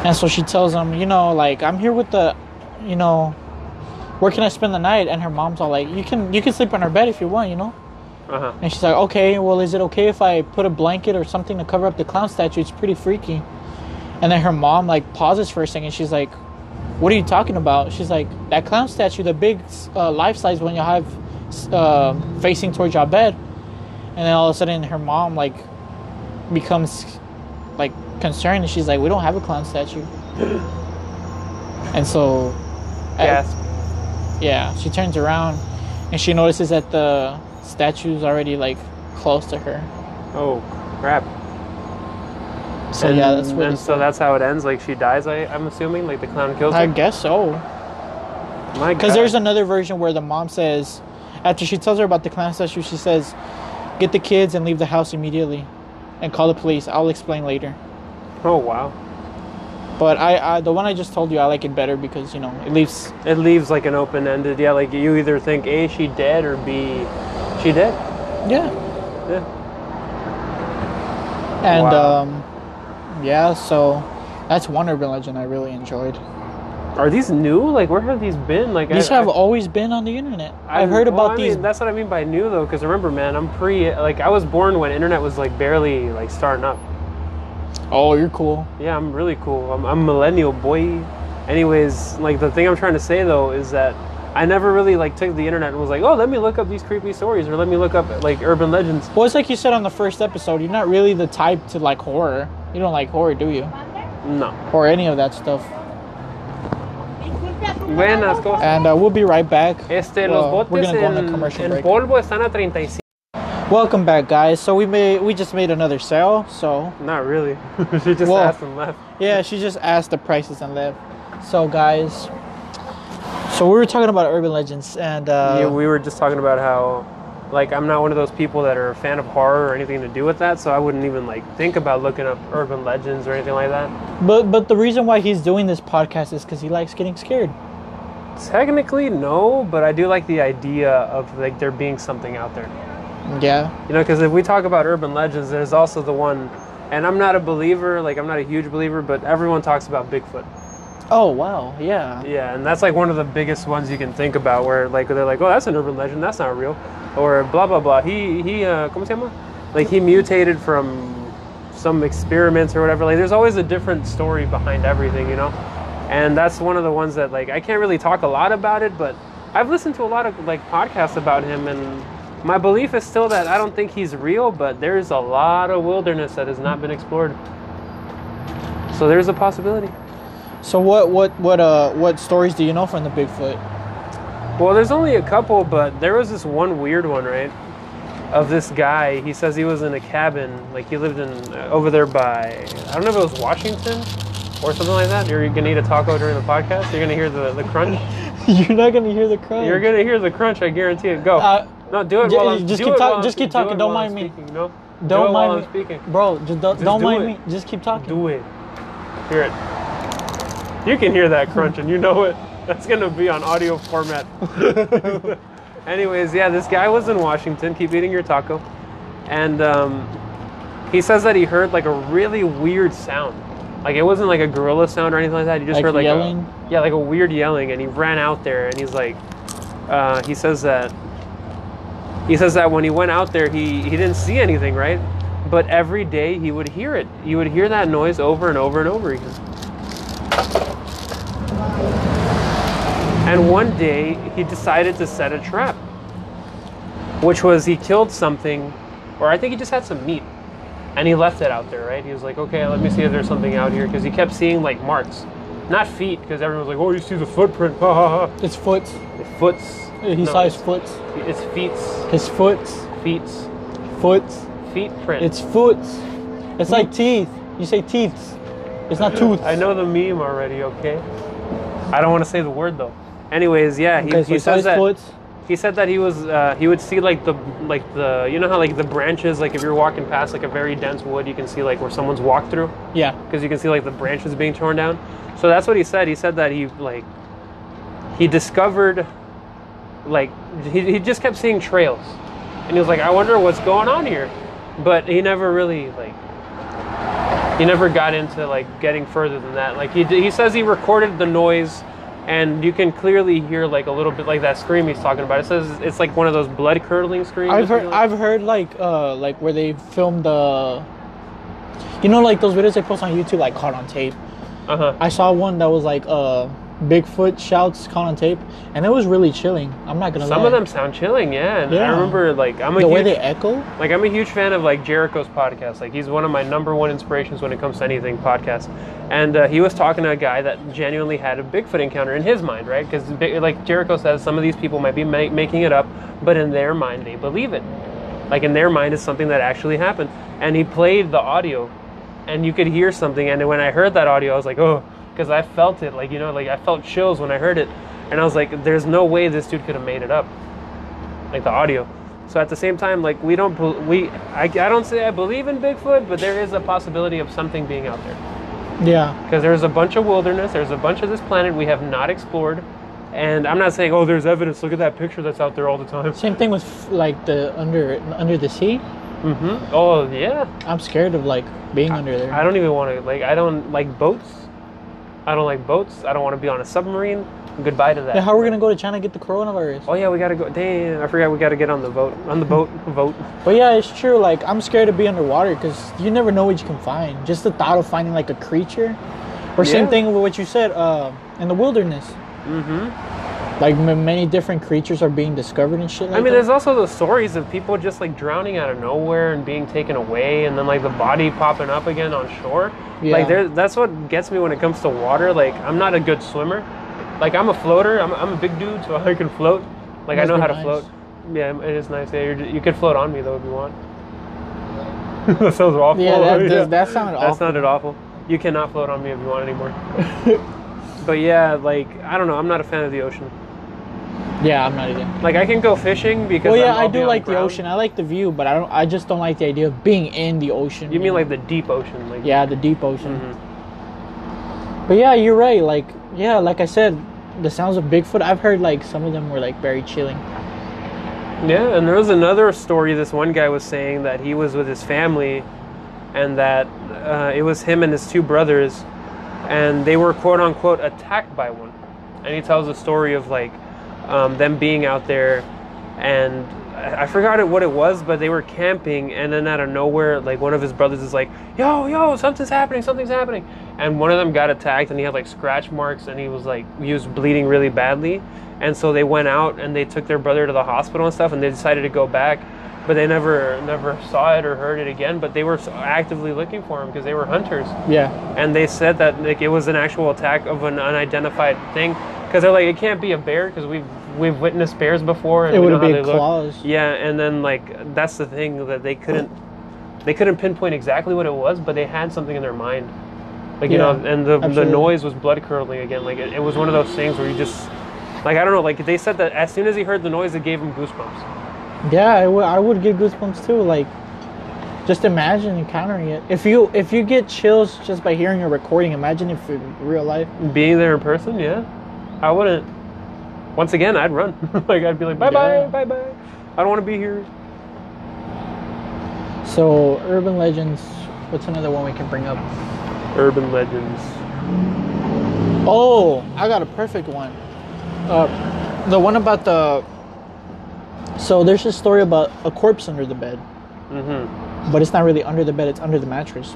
Speaker 2: And so she tells him, you know, like I'm here with the, you know, where can I spend the night? And her mom's all like, you can you can sleep on her bed if you want, you know.
Speaker 1: Uh huh.
Speaker 2: And she's like, okay, well, is it okay if I put a blanket or something to cover up the clown statue? It's pretty freaky. And then her mom like pauses for a second. She's like, what are you talking about? She's like, that clown statue, the big uh, life size one you have uh, facing towards your bed. And then all of a sudden, her mom like becomes like concerned, and she's like, we don't have a clown statue. and so,
Speaker 1: Yes.
Speaker 2: yeah, she turns around and she notices that the statue's already like close to her.
Speaker 1: Oh crap.
Speaker 2: So
Speaker 1: and,
Speaker 2: yeah, that's what
Speaker 1: and
Speaker 2: it's-
Speaker 1: so that's how it ends. Like she dies. I I'm assuming. Like the clown kills
Speaker 2: I
Speaker 1: her.
Speaker 2: guess so.
Speaker 1: My
Speaker 2: Because
Speaker 1: God.
Speaker 2: there's another version where the mom says, after she tells her about the clown statue, she says, "Get the kids and leave the house immediately, and call the police. I'll explain later."
Speaker 1: Oh wow.
Speaker 2: But I, I the one I just told you, I like it better because you know it leaves.
Speaker 1: It leaves like an open ended. Yeah. Like you either think A she dead or B she dead.
Speaker 2: Yeah.
Speaker 1: Yeah.
Speaker 2: And
Speaker 1: Wow.
Speaker 2: um, yeah. So that's one urban legend I really enjoyed.
Speaker 1: Are these new? Like where have these been? Like
Speaker 2: These
Speaker 1: I,
Speaker 2: have
Speaker 1: I-
Speaker 2: always been on the internet. I've,
Speaker 1: I'm-
Speaker 2: heard
Speaker 1: well,
Speaker 2: about
Speaker 1: I
Speaker 2: these.
Speaker 1: Mean, that's what I mean by new though, because remember, man, I'm pre like I was born when internet was like barely like starting up.
Speaker 2: oh, you're cool.
Speaker 1: Yeah, I'm really cool. I'm, I'm millennial boy. Anyways, like the thing I'm trying to say though is that I never really like took the internet and was like, oh, let me look up these creepy stories or let me look up like urban legends.
Speaker 2: Well, it's like you said on the first episode, you're not really the type to like horror. You don't like horror, do you?
Speaker 1: No.
Speaker 2: Or any of that stuff.
Speaker 1: Buenas cosas.
Speaker 2: And uh, we'll be right back.
Speaker 1: Este,
Speaker 2: Well,
Speaker 1: los
Speaker 2: we're
Speaker 1: botes
Speaker 2: gonna go on a
Speaker 1: en,
Speaker 2: commercial
Speaker 1: en
Speaker 2: break.
Speaker 1: polvo están a 35.
Speaker 2: Welcome back, guys. So we made we just made another sale. So
Speaker 1: Not really. *laughs* she just
Speaker 2: Whoa.
Speaker 1: asked and left.
Speaker 2: yeah, she just asked the prices and left. So guys, so we were talking about urban legends and uh,
Speaker 1: yeah, we were just talking about how like I'm not one of those people that are a fan of horror or anything to do with that, so I wouldn't even like think about looking up urban legends or anything like that.
Speaker 2: But but the reason why he's doing this podcast is because he likes getting scared.
Speaker 1: Technically, no, but I do like the idea of like there being something out there.
Speaker 2: Yeah.
Speaker 1: You know, because if we talk about urban legends, there's also the one, and I'm not a believer, like I'm not a huge believer, but everyone talks about Bigfoot.
Speaker 2: Oh wow. Yeah.
Speaker 1: Yeah, and that's like one of the biggest ones you can think about, where like they're like, oh, that's an urban legend, that's not real, or blah blah blah. He he, uh, como se llama? Like he mutated from some experiments or whatever. Like there's always a different story behind everything, you know. And that's one of the ones that like I can't really talk a lot about it, but I've listened to a lot of like podcasts about him, and my belief is still that I don't think he's real, but there's a lot of wilderness that has not been explored. So there's a possibility.
Speaker 2: So what what what uh what stories do you know from the Bigfoot? *laughs*
Speaker 1: Well, there's only a couple, but there was this one weird one, right? Of this guy. He says he was in a cabin. Like, he lived in uh, over there by, I don't know if it was Washington or something like that. You're going to eat a taco during the podcast. You're going to hear the, the
Speaker 2: *laughs*
Speaker 1: crunch.
Speaker 2: You're not gonna hear the crunch.
Speaker 1: You're going to hear the crunch, I guarantee it. Go.
Speaker 2: Uh,
Speaker 1: no, do it
Speaker 2: ju-
Speaker 1: while I'm
Speaker 2: just
Speaker 1: do
Speaker 2: keep
Speaker 1: it
Speaker 2: talk-
Speaker 1: while I'm
Speaker 2: just keep
Speaker 1: spe- do
Speaker 2: talking.
Speaker 1: it
Speaker 2: Don't
Speaker 1: while I'm
Speaker 2: mind me.
Speaker 1: speaking, No. Do
Speaker 2: don't
Speaker 1: it while
Speaker 2: mind
Speaker 1: I'm
Speaker 2: me,
Speaker 1: speaking.
Speaker 2: bro. Just don't,
Speaker 1: Just
Speaker 2: don't
Speaker 1: do
Speaker 2: mind
Speaker 1: it.
Speaker 2: me. Just keep talking.
Speaker 1: Do it. Hear it. You can hear that crunch, and you know it. That's gonna be on audio
Speaker 2: *laughs*
Speaker 1: format. Anyways, yeah, this guy was in Washington. Keep eating your taco, and um, he says that he heard like a really weird sound. Like it wasn't like a gorilla sound or anything like that. He just
Speaker 2: Like
Speaker 1: heard like
Speaker 2: yelling?
Speaker 1: A, yeah, like a weird yelling, and he ran out there, and he's like, uh, he says that he says that when he went out there, he, he didn't see anything, right? But every day he would hear it. He would hear that noise over and over and over again. And one day he decided to set a trap, which was he killed something, or I think he just had some meat, and he left it out there, right? He was like, okay, let me see if there's something out here, because he kept seeing like marks, not feet, because everyone was like, oh, you see the footprint, *laughs* ha ha ha.
Speaker 2: It's foots.
Speaker 1: Foots.
Speaker 2: He
Speaker 1: No,
Speaker 2: saw his
Speaker 1: it's-
Speaker 2: foots.
Speaker 1: It's feet,
Speaker 2: His foots.
Speaker 1: feet,
Speaker 2: Foots.
Speaker 1: feet print.
Speaker 2: It's foots. It's like teeth. You say teeth. It's not tooth.
Speaker 1: I know the meme already, okay? I don't want to say the word though. Anyways, yeah, he,
Speaker 2: Okay, so
Speaker 1: he
Speaker 2: he saw
Speaker 1: says
Speaker 2: his
Speaker 1: that
Speaker 2: foots.
Speaker 1: he said that he was uh, he would see like the like the you know how like the branches like if you're walking past like a very dense wood you can see like where someone's walked through
Speaker 2: Yeah.
Speaker 1: because you can see like the branches being torn down. So that's what he said. He said that he like he discovered like he, he just kept seeing trails, and he was like, I wonder what's going on here, but he never really like he never got into like getting further than that. Like he d- he says he recorded the noise. And you can clearly hear like a little bit like that scream he's talking about. It says it's like one of those blood curdling screams.
Speaker 2: I've
Speaker 1: or
Speaker 2: heard.
Speaker 1: something like-
Speaker 2: I've heard like uh like where they filmed the. You know, like those videos they post on YouTube, like caught on tape.
Speaker 1: uh-huh.
Speaker 2: I saw one that was like uh Bigfoot shouts caught on tape, and it was really chilling. I'm not gonna
Speaker 1: Some
Speaker 2: lie.
Speaker 1: of them sound chilling, yeah. And I
Speaker 2: Yeah.
Speaker 1: remember like I'm a
Speaker 2: the way
Speaker 1: huge
Speaker 2: they echo.
Speaker 1: Like I'm a huge fan of like Jericho's podcast. Like he's one of my number one inspirations when it comes to anything podcast. And uh, he was talking to a guy that genuinely had a Bigfoot encounter in his mind, right? Because like Jericho says, some of these people might be ma- making it up, but in their mind they believe it. Like in their mind, it's something that actually happened. And he played the audio, and you could hear something. And when I heard that audio, I was like, oh, because I felt it. Like you know, like I felt chills when I heard it. And I was like, there's no way this dude could have made it up like the audio. So at the same time, like we don't bel- we I, I don't say I believe in Bigfoot, but there is a possibility of something being out there
Speaker 2: Yeah.
Speaker 1: because there's a bunch of wilderness, there's a bunch of this planet we have not explored, and I'm not saying oh there's evidence. Look at that picture that's out there all the time.
Speaker 2: Same thing with like the under under the sea.
Speaker 1: Mm-hmm. Oh yeah,
Speaker 2: I'm scared of like being under there.
Speaker 1: I don't even want to like I don't like boats. I don't like boats. I don't want to be on a submarine. Goodbye to
Speaker 2: Then
Speaker 1: that.
Speaker 2: how are we gonna go to China to get the coronavirus?
Speaker 1: Oh yeah, we gotta go. Damn, I forgot we gotta get on the boat. On the boat, vote.
Speaker 2: But yeah, it's true. Like I'm scared to be underwater because you never know what you can find. Just the thought of finding like a creature, or same
Speaker 1: Yeah.
Speaker 2: thing with what you said uh, in the wilderness.
Speaker 1: Mm-hmm.
Speaker 2: Like m- many different creatures are being discovered and shit. Like
Speaker 1: I mean,
Speaker 2: that.
Speaker 1: there's also those stories of people just like drowning out of nowhere and being taken away, and then like the body popping up again on shore.
Speaker 2: Yeah.
Speaker 1: Like, there, that's what gets me when it comes to water. Like, I'm not a good swimmer. Like, I'm a floater. I'm, I'm a big dude, so *laughs* I can float. Like, I
Speaker 2: Must
Speaker 1: know
Speaker 2: be
Speaker 1: how to
Speaker 2: nice.
Speaker 1: float. Yeah, it is nice. Yeah, you're, ju- you could float on me though if you want. *laughs* that sounds awful.
Speaker 2: Yeah,
Speaker 1: *laughs*
Speaker 2: that does- that sounded
Speaker 1: That
Speaker 2: awful.
Speaker 1: sounded awful. You cannot float on me if you
Speaker 2: *laughs*
Speaker 1: want anymore. but yeah, like I don't know. I'm not a fan of the ocean.
Speaker 2: Yeah, I'm not either.
Speaker 1: Like I can go fishing because.
Speaker 2: Well, yeah,
Speaker 1: I'm- I'll
Speaker 2: I
Speaker 1: be
Speaker 2: do
Speaker 1: on
Speaker 2: like the
Speaker 1: ground.
Speaker 2: ocean. I like the view, but I don't. I just don't like the idea of being in the ocean.
Speaker 1: You mean like the deep ocean? Like
Speaker 2: yeah, the deep ocean.
Speaker 1: Mhm. Mm-hmm.
Speaker 2: But yeah, you're right. Like yeah, like I said, the sounds of Bigfoot. I've heard like some of them were like very chilling.
Speaker 1: Yeah, and there was another story. This one guy was saying that he was with his family, and that uh, it was him and his two brothers, and they were quote unquote attacked by one. And he tells a story of like um, them being out there, and I I forgot it- what it was, but they were camping, and then out of nowhere, like one of his brothers is like, "Yo, yo, something's happening, something's happening," and one of them got attacked, and he had like scratch marks, and he was like he was bleeding really badly, and so they went out and they took their brother to the hospital and stuff and they decided to go back but they never never saw it or heard it again but they were so actively looking for him because they were hunters
Speaker 2: Yeah,
Speaker 1: and they said that like it was an actual attack of an unidentified thing because they're like it can't be a bear because we've we've witnessed bears before and
Speaker 2: it
Speaker 1: we
Speaker 2: would
Speaker 1: know
Speaker 2: have
Speaker 1: how
Speaker 2: been
Speaker 1: they look.
Speaker 2: claws.
Speaker 1: yeah and then like that's the thing that they couldn't they couldn't pinpoint exactly what it was but they had something in their mind like you
Speaker 2: Yeah,
Speaker 1: know and the, the
Speaker 2: absolutely.
Speaker 1: noise was blood curdling again like it, it was one of those things where you just like i don't know like they said that as soon as he heard the noise it gave him goosebumps
Speaker 2: Yeah, I would. I would get goosebumps too. Like, just imagine encountering it. If you if you get chills just by hearing a recording, imagine if in real life.
Speaker 1: being there in person yeah i wouldn't once again i'd run *laughs* like i'd be like bye bye
Speaker 2: Yeah.
Speaker 1: bye bye i don't want to be here
Speaker 2: So urban legends. What's another one we can bring up?
Speaker 1: urban legends
Speaker 2: Oh, I got a perfect one. Uh, the one about the. So there's this story about a corpse under the bed,
Speaker 1: mm-hmm
Speaker 2: but it's not really under the bed; it's under the mattress.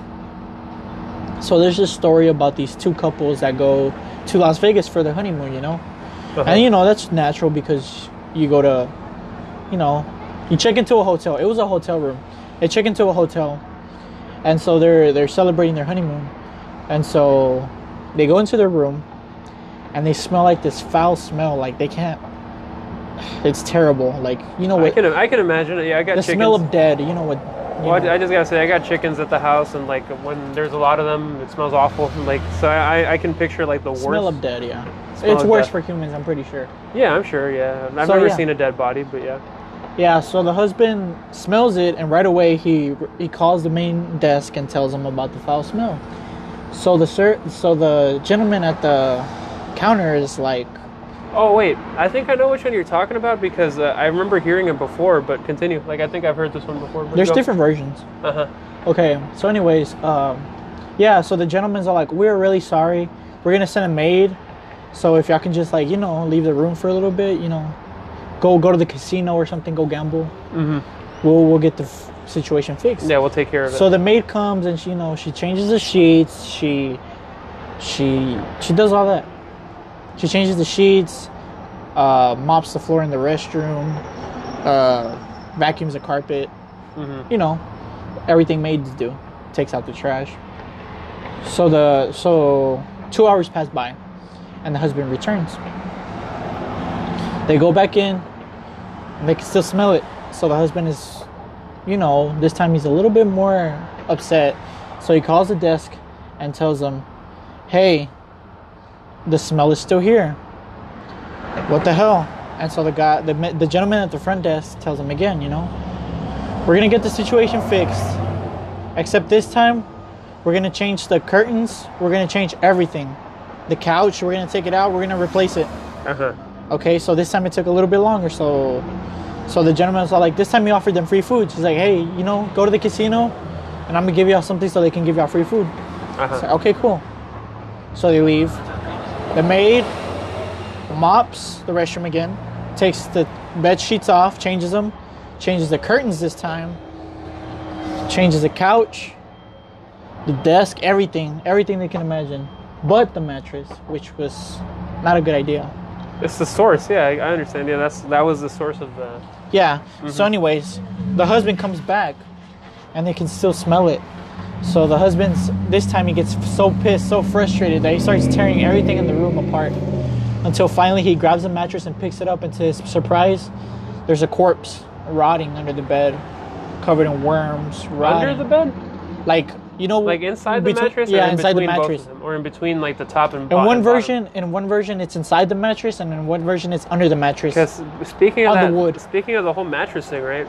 Speaker 2: So there's this story about these two couples that go to Las Vegas for their honeymoon. You know, and you know that's natural because you go to, you know, you check into a hotel. It was a hotel room. They check into a hotel, and so they're they're celebrating their honeymoon, and so they go into their room, and they smell like this foul smell. Like they can't. It's terrible. Like you know
Speaker 1: i
Speaker 2: what?
Speaker 1: can i can imagine it yeah i got
Speaker 2: The
Speaker 1: chickens
Speaker 2: smell of dead. You know what? you
Speaker 1: Well,
Speaker 2: know.
Speaker 1: I, I just gotta say, I got chickens at the house, and like when there's a lot of them, it smells awful. *laughs* and, Like, so I, I- I can picture like the
Speaker 2: smell
Speaker 1: worst.
Speaker 2: of dead. Yeah,
Speaker 1: Smell
Speaker 2: it's
Speaker 1: of
Speaker 2: worse
Speaker 1: death.
Speaker 2: for humans. I'm pretty sure.
Speaker 1: yeah, I'm sure. Yeah, I've
Speaker 2: So,
Speaker 1: never
Speaker 2: yeah.
Speaker 1: seen a dead body, but yeah.
Speaker 2: Yeah, so the husband smells it, and right away he he calls the main desk and tells them about the foul smell. So the sir, so the gentleman at the counter is like,
Speaker 1: Oh wait, I think I know which one you're talking about because uh, I remember hearing it before. But continue. Like, I think I've heard this one before. But
Speaker 2: "There's different versions."
Speaker 1: Uh huh.
Speaker 2: Okay, so anyways, um, yeah, so the gentlemen's are like, "We're really sorry. We're gonna send a maid. So if y'all can just like you know leave the room for a little bit, you know, go go to the casino or something, go gamble.
Speaker 1: Mm-hmm.
Speaker 2: We'll we'll get the f- situation fixed."
Speaker 1: Yeah, we'll take care of it.
Speaker 2: So the maid comes and she, you know, she changes the sheets. She, she, she does all that. She changes the sheets, uh, mops the floor in the restroom, uh, vacuums the carpet.
Speaker 1: Mhm.
Speaker 2: You know, everything maids do. Takes out the trash. So the so two hours pass by, and the husband returns. They go back in. and They can still smell it. So the husband is you know, this time he's a little bit more upset. So he calls the desk and tells them, Hey, the smell is still here. What the hell? And so the guy, the, ma- the gentleman at the front desk tells him again, you know, we're gonna get the situation fixed. Except this time, we're gonna change the curtains, we're gonna change everything. The couch, we're gonna take it out, we're gonna replace it.
Speaker 1: uh huh.
Speaker 2: Okay, so this time it took a little bit longer. So, so the gentleman was all like, this time we offered them free food. She's like, hey, you know, go to the casino, and I'm gonna give y'all something so they can give y'all free food.
Speaker 1: Uh huh.
Speaker 2: It's like, okay, cool. So they leave. The maid mops the restroom again, takes the bed sheets off, changes them, changes the curtains this time, changes the couch, the desk, everything, everything they can imagine, but the mattress, which was not a good idea.
Speaker 1: It's the source. Yeah, I, I understand. Yeah, that's that was the source of the.
Speaker 2: Yeah.
Speaker 1: Mm-hmm.
Speaker 2: So, anyways, the husband comes back, and they can still smell it. So the husband's this time he gets so pissed, so frustrated that he starts tearing everything in the room apart. Until finally he grabs a mattress and picks it up, and to his surprise, there's a corpse rotting under the bed, covered in worms, rotting
Speaker 1: Under the bed?
Speaker 2: like You know,
Speaker 1: Like inside the
Speaker 2: betwe-
Speaker 1: mattress,
Speaker 2: Yeah,
Speaker 1: or in
Speaker 2: inside the
Speaker 1: between both of
Speaker 2: mattress.
Speaker 1: them? or in between like the top and
Speaker 2: In
Speaker 1: bottom.
Speaker 2: one version, in one version, it's inside the mattress, and in one version, it's under the mattress.
Speaker 1: Because speaking of
Speaker 2: On the
Speaker 1: that,
Speaker 2: wood.
Speaker 1: speaking of the whole mattress thing, right?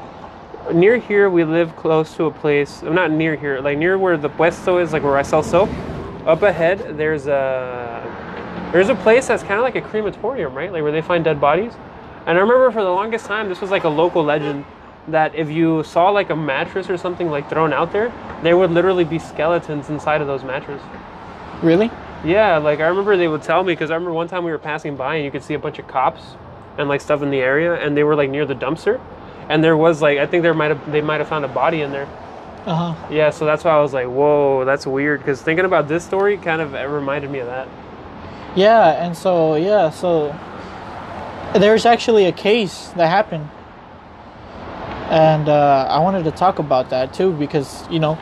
Speaker 1: Near here, we live close to a place. I'm not near here, like near where the puesto is, like where I sell soap. Up ahead, there's a there's a place that's kind of like a crematorium, right? Like where they find dead bodies. And I remember for the longest time, this was like a local legend that if you saw like a mattress or something like thrown out there, there would literally be skeletons inside of those mattresses.
Speaker 2: Really?
Speaker 1: Yeah, like I remember they would tell me because I remember one time we were passing by and you could see a bunch of cops and like stuff in the area, and they were like near the dumpster, and there was like I think there might have they might have found a body in there.
Speaker 2: Uh huh.
Speaker 1: Yeah, so that's why I was like, whoa, that's weird. Because thinking about this story kind of it reminded me of that.
Speaker 2: Yeah, and so yeah, so there's actually a case that happened, and uh, I wanted to talk about that too because you know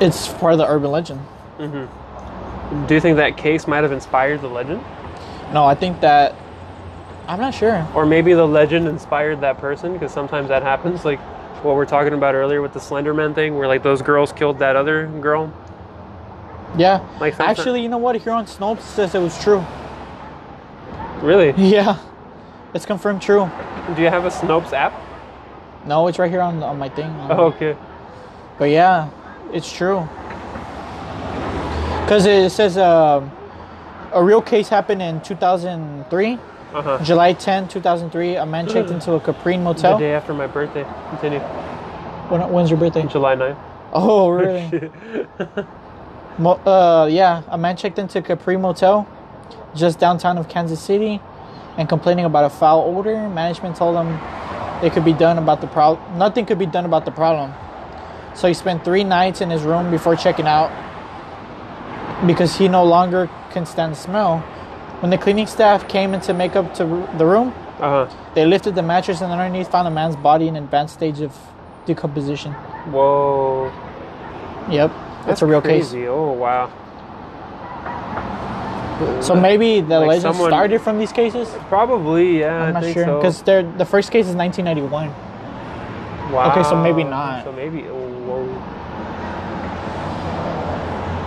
Speaker 2: it's part of the urban legend.
Speaker 1: Do you think that case might have inspired the legend,
Speaker 2: No, I think that I'm not sure.
Speaker 1: or maybe the legend inspired that person? Because sometimes that happens. Like what we're talking about earlier with the Slenderman thing, where like those girls killed that other girl.
Speaker 2: Yeah,
Speaker 1: Like some-
Speaker 2: actually, you know what? Huron Snopes says it was true. *laughs*
Speaker 1: Really?
Speaker 2: Yeah, it's confirmed true.
Speaker 1: Do you have a Snopes app? *laughs*
Speaker 2: No, it's right here on, on my thing.
Speaker 1: Oh, okay.
Speaker 2: But yeah, it's true. Because it says um a real case happened in 2003,
Speaker 1: Uh huh.
Speaker 2: July 10, 2003. A man checked into a Capri
Speaker 1: Hmm. The
Speaker 2: motel.
Speaker 1: day after my birthday. Continue.
Speaker 2: When, when's your birthday?
Speaker 1: July 9th.
Speaker 2: Oh, really? Mo- uh, yeah, a man checked into Capri Motel, just downtown of Kansas City, and complaining about a foul odor. Management told him it could be done about the problem. Nothing could be done about the problem. So he spent three nights in his room before checking out because he no longer can stand the smell. When the cleaning staff came in to make up to r- the room,
Speaker 1: Uh huh.
Speaker 2: they lifted the mattress and underneath found a man's body in an advanced stage of decomposition.
Speaker 1: Whoa.
Speaker 2: Yep, that's, a real case.
Speaker 1: crazy. Oh wow.
Speaker 2: So maybe the
Speaker 1: Like
Speaker 2: legend
Speaker 1: someone-
Speaker 2: started from these cases.
Speaker 1: Probably yeah.
Speaker 2: I'm
Speaker 1: I
Speaker 2: not
Speaker 1: think
Speaker 2: sure
Speaker 1: so.
Speaker 2: because they're the first case is 1991.
Speaker 1: Wow.
Speaker 2: okay, so maybe not.
Speaker 1: So maybe. oh, whoa.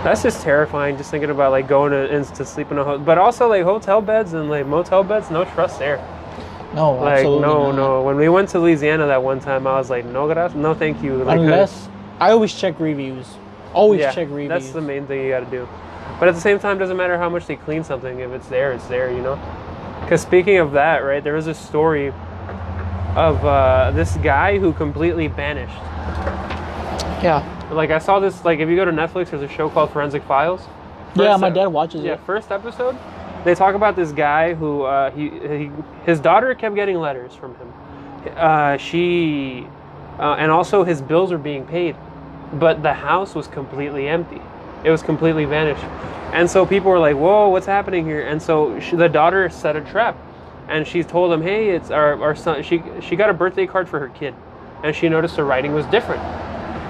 Speaker 1: That's just terrifying. Just thinking about like going to, and to sleep in a hotel, but also like hotel beds and like motel beds. No trust there.
Speaker 2: No,
Speaker 1: Like
Speaker 2: absolutely
Speaker 1: no,
Speaker 2: not.
Speaker 1: no. When we went to Louisiana that one time, I was like, no, gracias, no, thank you. Like,
Speaker 2: Unless I always check reviews. Always check reviews.
Speaker 1: That's the main thing you got to do. But at the same time, it doesn't matter how much they clean something. If it's there, it's there, you know? Because speaking of that, right, there was a story of uh, this guy who completely vanished.
Speaker 2: yeah,
Speaker 1: Like, I saw this, like, if you go to Netflix, there's a show called Forensic Files.
Speaker 2: yeah.
Speaker 1: First
Speaker 2: My
Speaker 1: ep-
Speaker 2: dad watches
Speaker 1: Yeah,
Speaker 2: it.
Speaker 1: first episode, they talk about this guy who, uh, he, he, his daughter kept getting letters from him. Uh, she, uh, and also his bills were being paid but the house was completely empty. It was completely vanished. And so people were like, whoa, what's happening here? And so she, the daughter set a trap. And she told him, hey, it's our, our son. She, she got a birthday card for her kid. And she noticed the writing was different.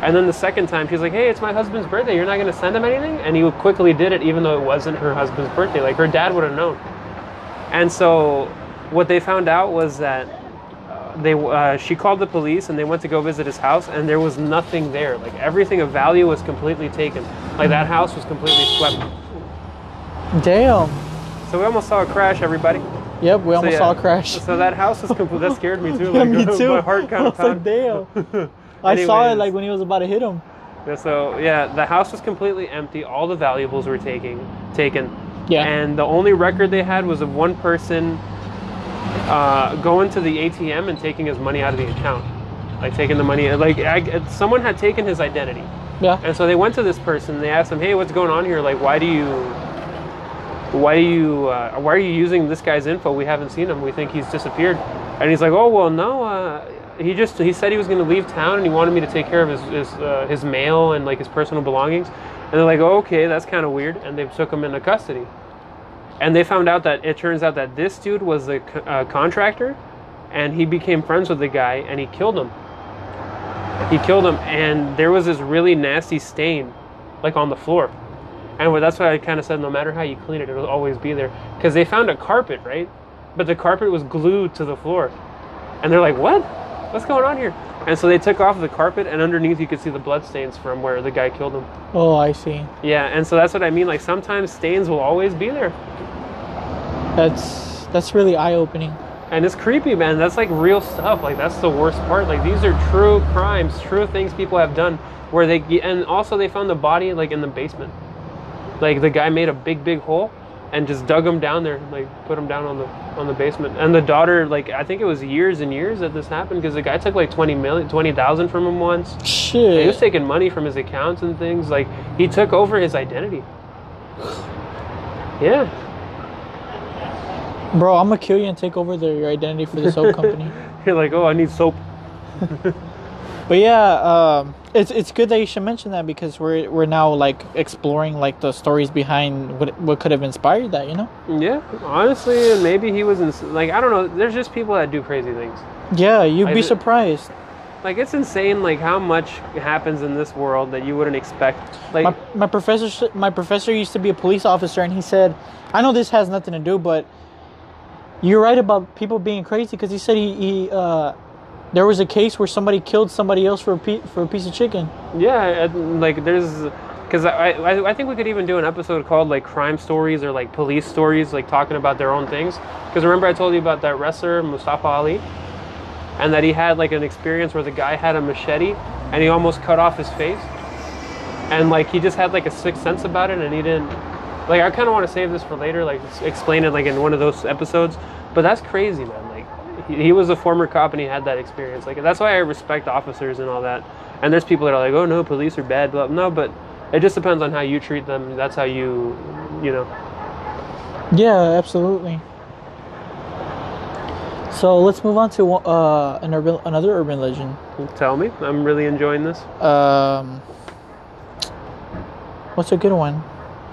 Speaker 1: And then the second time, she's like, hey, it's my husband's birthday. You're not going to send him anything? And he quickly did it, even though it wasn't her husband's birthday. Like, her dad would have known. And so what they found out was that uh, they uh, she called the police and they went to go visit his house and there was nothing there. Like everything of value was completely taken. Like that house was completely swept.
Speaker 2: Damn.
Speaker 1: So we almost saw a crash, everybody.
Speaker 2: Yep, we
Speaker 1: So,
Speaker 2: almost
Speaker 1: yeah.
Speaker 2: saw a crash. *laughs*
Speaker 1: So that house was complete. That scared me too.
Speaker 2: yeah,
Speaker 1: Like,
Speaker 2: me
Speaker 1: *laughs*
Speaker 2: too.
Speaker 1: My heart kind
Speaker 2: *laughs* I
Speaker 1: of
Speaker 2: was like,
Speaker 1: pounded.
Speaker 2: damn.
Speaker 1: *laughs*
Speaker 2: I saw it
Speaker 1: Anyways.
Speaker 2: like when he was about to hit him.
Speaker 1: Yeah, So yeah, the house was completely empty. All the valuables were taking taken.
Speaker 2: Yeah.
Speaker 1: And the only record they had was of one person uh, going to the ATM and taking his money out of the account, like taking the money. Like I, someone had taken his identity,
Speaker 2: Yeah.
Speaker 1: and so they went to this person. They asked him, "Hey, what's going on here? Like, why do you, why do you, uh, why are you using this guy's info? We haven't seen him. We think he's disappeared." And he's like, "Oh well, no. Uh, he just he said he was going to leave town, and he wanted me to take care of his his, uh, his mail and like his personal belongings." And they're like, oh, "Okay, that's kind of weird," and they took him into custody. And they found out that it turns out that this dude was a co- uh, contractor, and he became friends with the guy, and he killed him. He killed him, and there was this really nasty stain, like on the floor. And wh- that's why I kind of said, no matter how you clean it, it'll always be there. Because they found a carpet, right? But the carpet was glued to the floor, and they're like, "What? What's going on here?" And so they took off the carpet, and underneath you could see the bloodstains from where the guy killed him.
Speaker 2: Oh, I see.
Speaker 1: Yeah, and so that's what I mean. Like sometimes stains will always be there,
Speaker 2: That's that's really eye opening.
Speaker 1: and it's creepy, man. That's like real stuff. Like that's the worst part. Like these are true crimes, true things people have done. Where they and also they found the body like in the basement. Like the guy made a big, big hole, and just dug him down there. Like put him down on the on the basement. And the daughter, like I think it was years and years that this happened because the guy took like twenty million, twenty thousand from him once. He was
Speaker 2: Shit.
Speaker 1: taking money from his accounts and things. Like he took over his identity. *sighs* Yeah.
Speaker 2: Bro, I'm gonna kill you and take over the, your identity for
Speaker 1: *laughs*
Speaker 2: the soap company.
Speaker 1: You're like, oh, I need soap.
Speaker 2: But yeah, um, it's it's good that you should mention that because we're we're now like exploring like the stories behind what what could have inspired that, you know?
Speaker 1: Yeah, honestly, and maybe he was ins- like, I don't know. There's just people that do crazy things.
Speaker 2: Yeah, you'd
Speaker 1: I
Speaker 2: be
Speaker 1: did-
Speaker 2: surprised.
Speaker 1: Like it's insane, like how much happens in this world that you wouldn't expect. Like,
Speaker 2: My, my professor s- my professor used to be a police officer and he said, "I know this has nothing to do, but you're right about people being crazy because he said he, he uh, there was a case where somebody killed somebody else for a pe- for a piece of chicken."
Speaker 1: yeah, and, like there's, because I, I I think we could even do an episode called like crime stories or like police stories, like talking about their own things. Because remember I told you about that wrestler Mustafa Ali, and that he had like an experience where the guy had a machete and he almost cut off his face, and like he just had like a sixth sense about it, and he didn't. Like I kind of want to save this for later, like s- explain it like in one of those episodes. But that's crazy, man. Like he, he was a former cop and he had that experience. Like that's why I respect officers and all that. And there's people that are like, oh no, police are bad, blah. No, but it just depends on how you treat them. That's how you, you know.
Speaker 2: Yeah, absolutely. So let's move on to uh, an urban, another urban legend.
Speaker 1: Tell me, I'm really enjoying this.
Speaker 2: Um, what's a good one?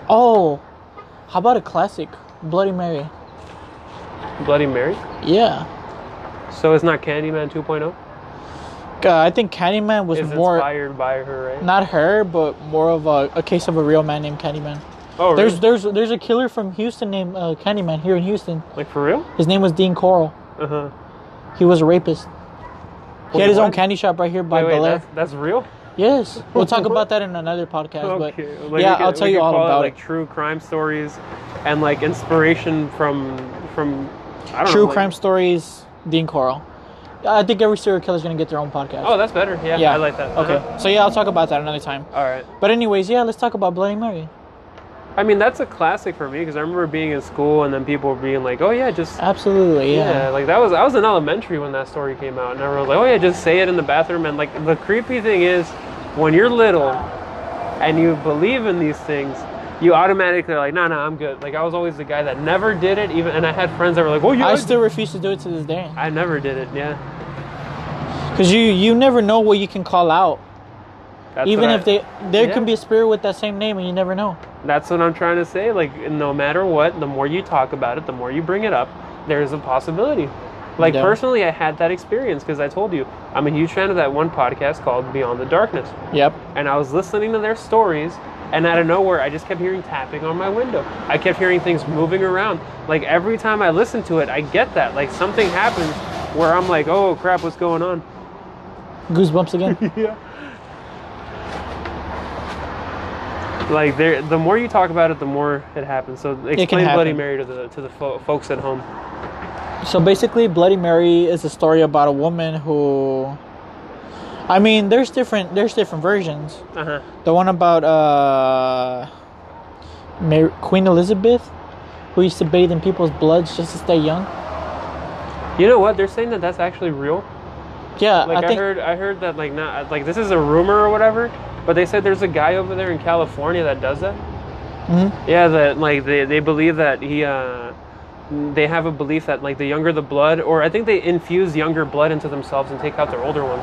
Speaker 2: Oh, how about a classic, Bloody Mary?
Speaker 1: Bloody Mary.
Speaker 2: Yeah,
Speaker 1: So it's not Candyman 2.0.
Speaker 2: uh, I think Candyman was
Speaker 1: It's
Speaker 2: more
Speaker 1: inspired by her, right?
Speaker 2: not her, but more of a, a case of a real man named Candyman.
Speaker 1: oh,
Speaker 2: There's
Speaker 1: really?
Speaker 2: there's there's a killer from Houston named uh, Candyman here in Houston.
Speaker 1: like for real?
Speaker 2: His name was Dean Coral.
Speaker 1: Uh huh.
Speaker 2: He was a rapist. He
Speaker 1: Wait,
Speaker 2: had his own
Speaker 1: what?
Speaker 2: candy shop right here by
Speaker 1: Wait, wait,
Speaker 2: Bel Air.
Speaker 1: that's, that's real.
Speaker 2: Yes, we'll talk about that in another podcast.
Speaker 1: Okay.
Speaker 2: But
Speaker 1: Like,
Speaker 2: yeah,
Speaker 1: we could-
Speaker 2: I'll tell
Speaker 1: we
Speaker 2: you
Speaker 1: could
Speaker 2: all
Speaker 1: call
Speaker 2: about
Speaker 1: like
Speaker 2: it.
Speaker 1: true crime stories, and like inspiration from from I don't
Speaker 2: True
Speaker 1: know, like-
Speaker 2: crime stories, Dean Coral. I think every serial killer's gonna get their own podcast.
Speaker 1: Oh, that's better. Yeah, I like that.
Speaker 2: Okay,
Speaker 1: Uh-huh.
Speaker 2: so yeah, I'll talk about that another time.
Speaker 1: All right.
Speaker 2: But anyways, yeah, let's talk about Bloody Mary.
Speaker 1: I mean, that's a classic for me because I remember being in school and then people were being like, "Oh yeah, just
Speaker 2: Absolutely,
Speaker 1: Yeah,
Speaker 2: Uh, yeah.
Speaker 1: like that was I was in elementary when that story came out, and everyone was like, "Oh yeah, just say it in the bathroom." And like the creepy thing is, when you're little and you believe in these things, you automatically are like, "No, no, I'm good." Like I was always the guy that never did it, even and I had friends that were like, "Oh yeah,
Speaker 2: I
Speaker 1: I,
Speaker 2: still refuse to do it to this day
Speaker 1: I never did it." Yeah,
Speaker 2: because you you never know what you can call out.
Speaker 1: that's
Speaker 2: Even
Speaker 1: what
Speaker 2: if
Speaker 1: I-
Speaker 2: they there
Speaker 1: Yeah.
Speaker 2: can be a spirit with that same name and you never know.
Speaker 1: That's what I'm trying to say. Like, no matter what, the more you talk about it, the more you bring it up, there's a possibility. Like,
Speaker 2: Yeah.
Speaker 1: personally, I had that experience because I told you I'm a huge fan of that one podcast called Beyond the Darkness.
Speaker 2: Yep.
Speaker 1: And I was listening to their stories, and out of nowhere, I just kept hearing tapping on my window. I kept hearing things moving around. Like, every time I listen to it, I get that. Like, something happens where I'm like, oh crap, what's going on? *laughs*
Speaker 2: Goosebumps again.
Speaker 1: *laughs* Like, there, the more you talk about it, the more it happens. So, explain Bloody
Speaker 2: happen.
Speaker 1: Mary to the, to the fo- folks at home.
Speaker 2: so basically, Bloody Mary is a story about a woman who. I mean, there's different there's different versions.
Speaker 1: Uh huh.
Speaker 2: The one about uh, Mar Queen Elizabeth, who used to bathe in people's bloods just to stay young.
Speaker 1: You know what? They're saying that that's actually real.
Speaker 2: Yeah,
Speaker 1: Like I,
Speaker 2: I think.
Speaker 1: heard, I heard that like not like this is a rumor or whatever. But they said there's a guy over there in California that does that.
Speaker 2: Mhm.
Speaker 1: Yeah, that like they, they believe that he uh, they have a belief that like the younger the blood, or I think they infuse younger blood into themselves and take out their older ones.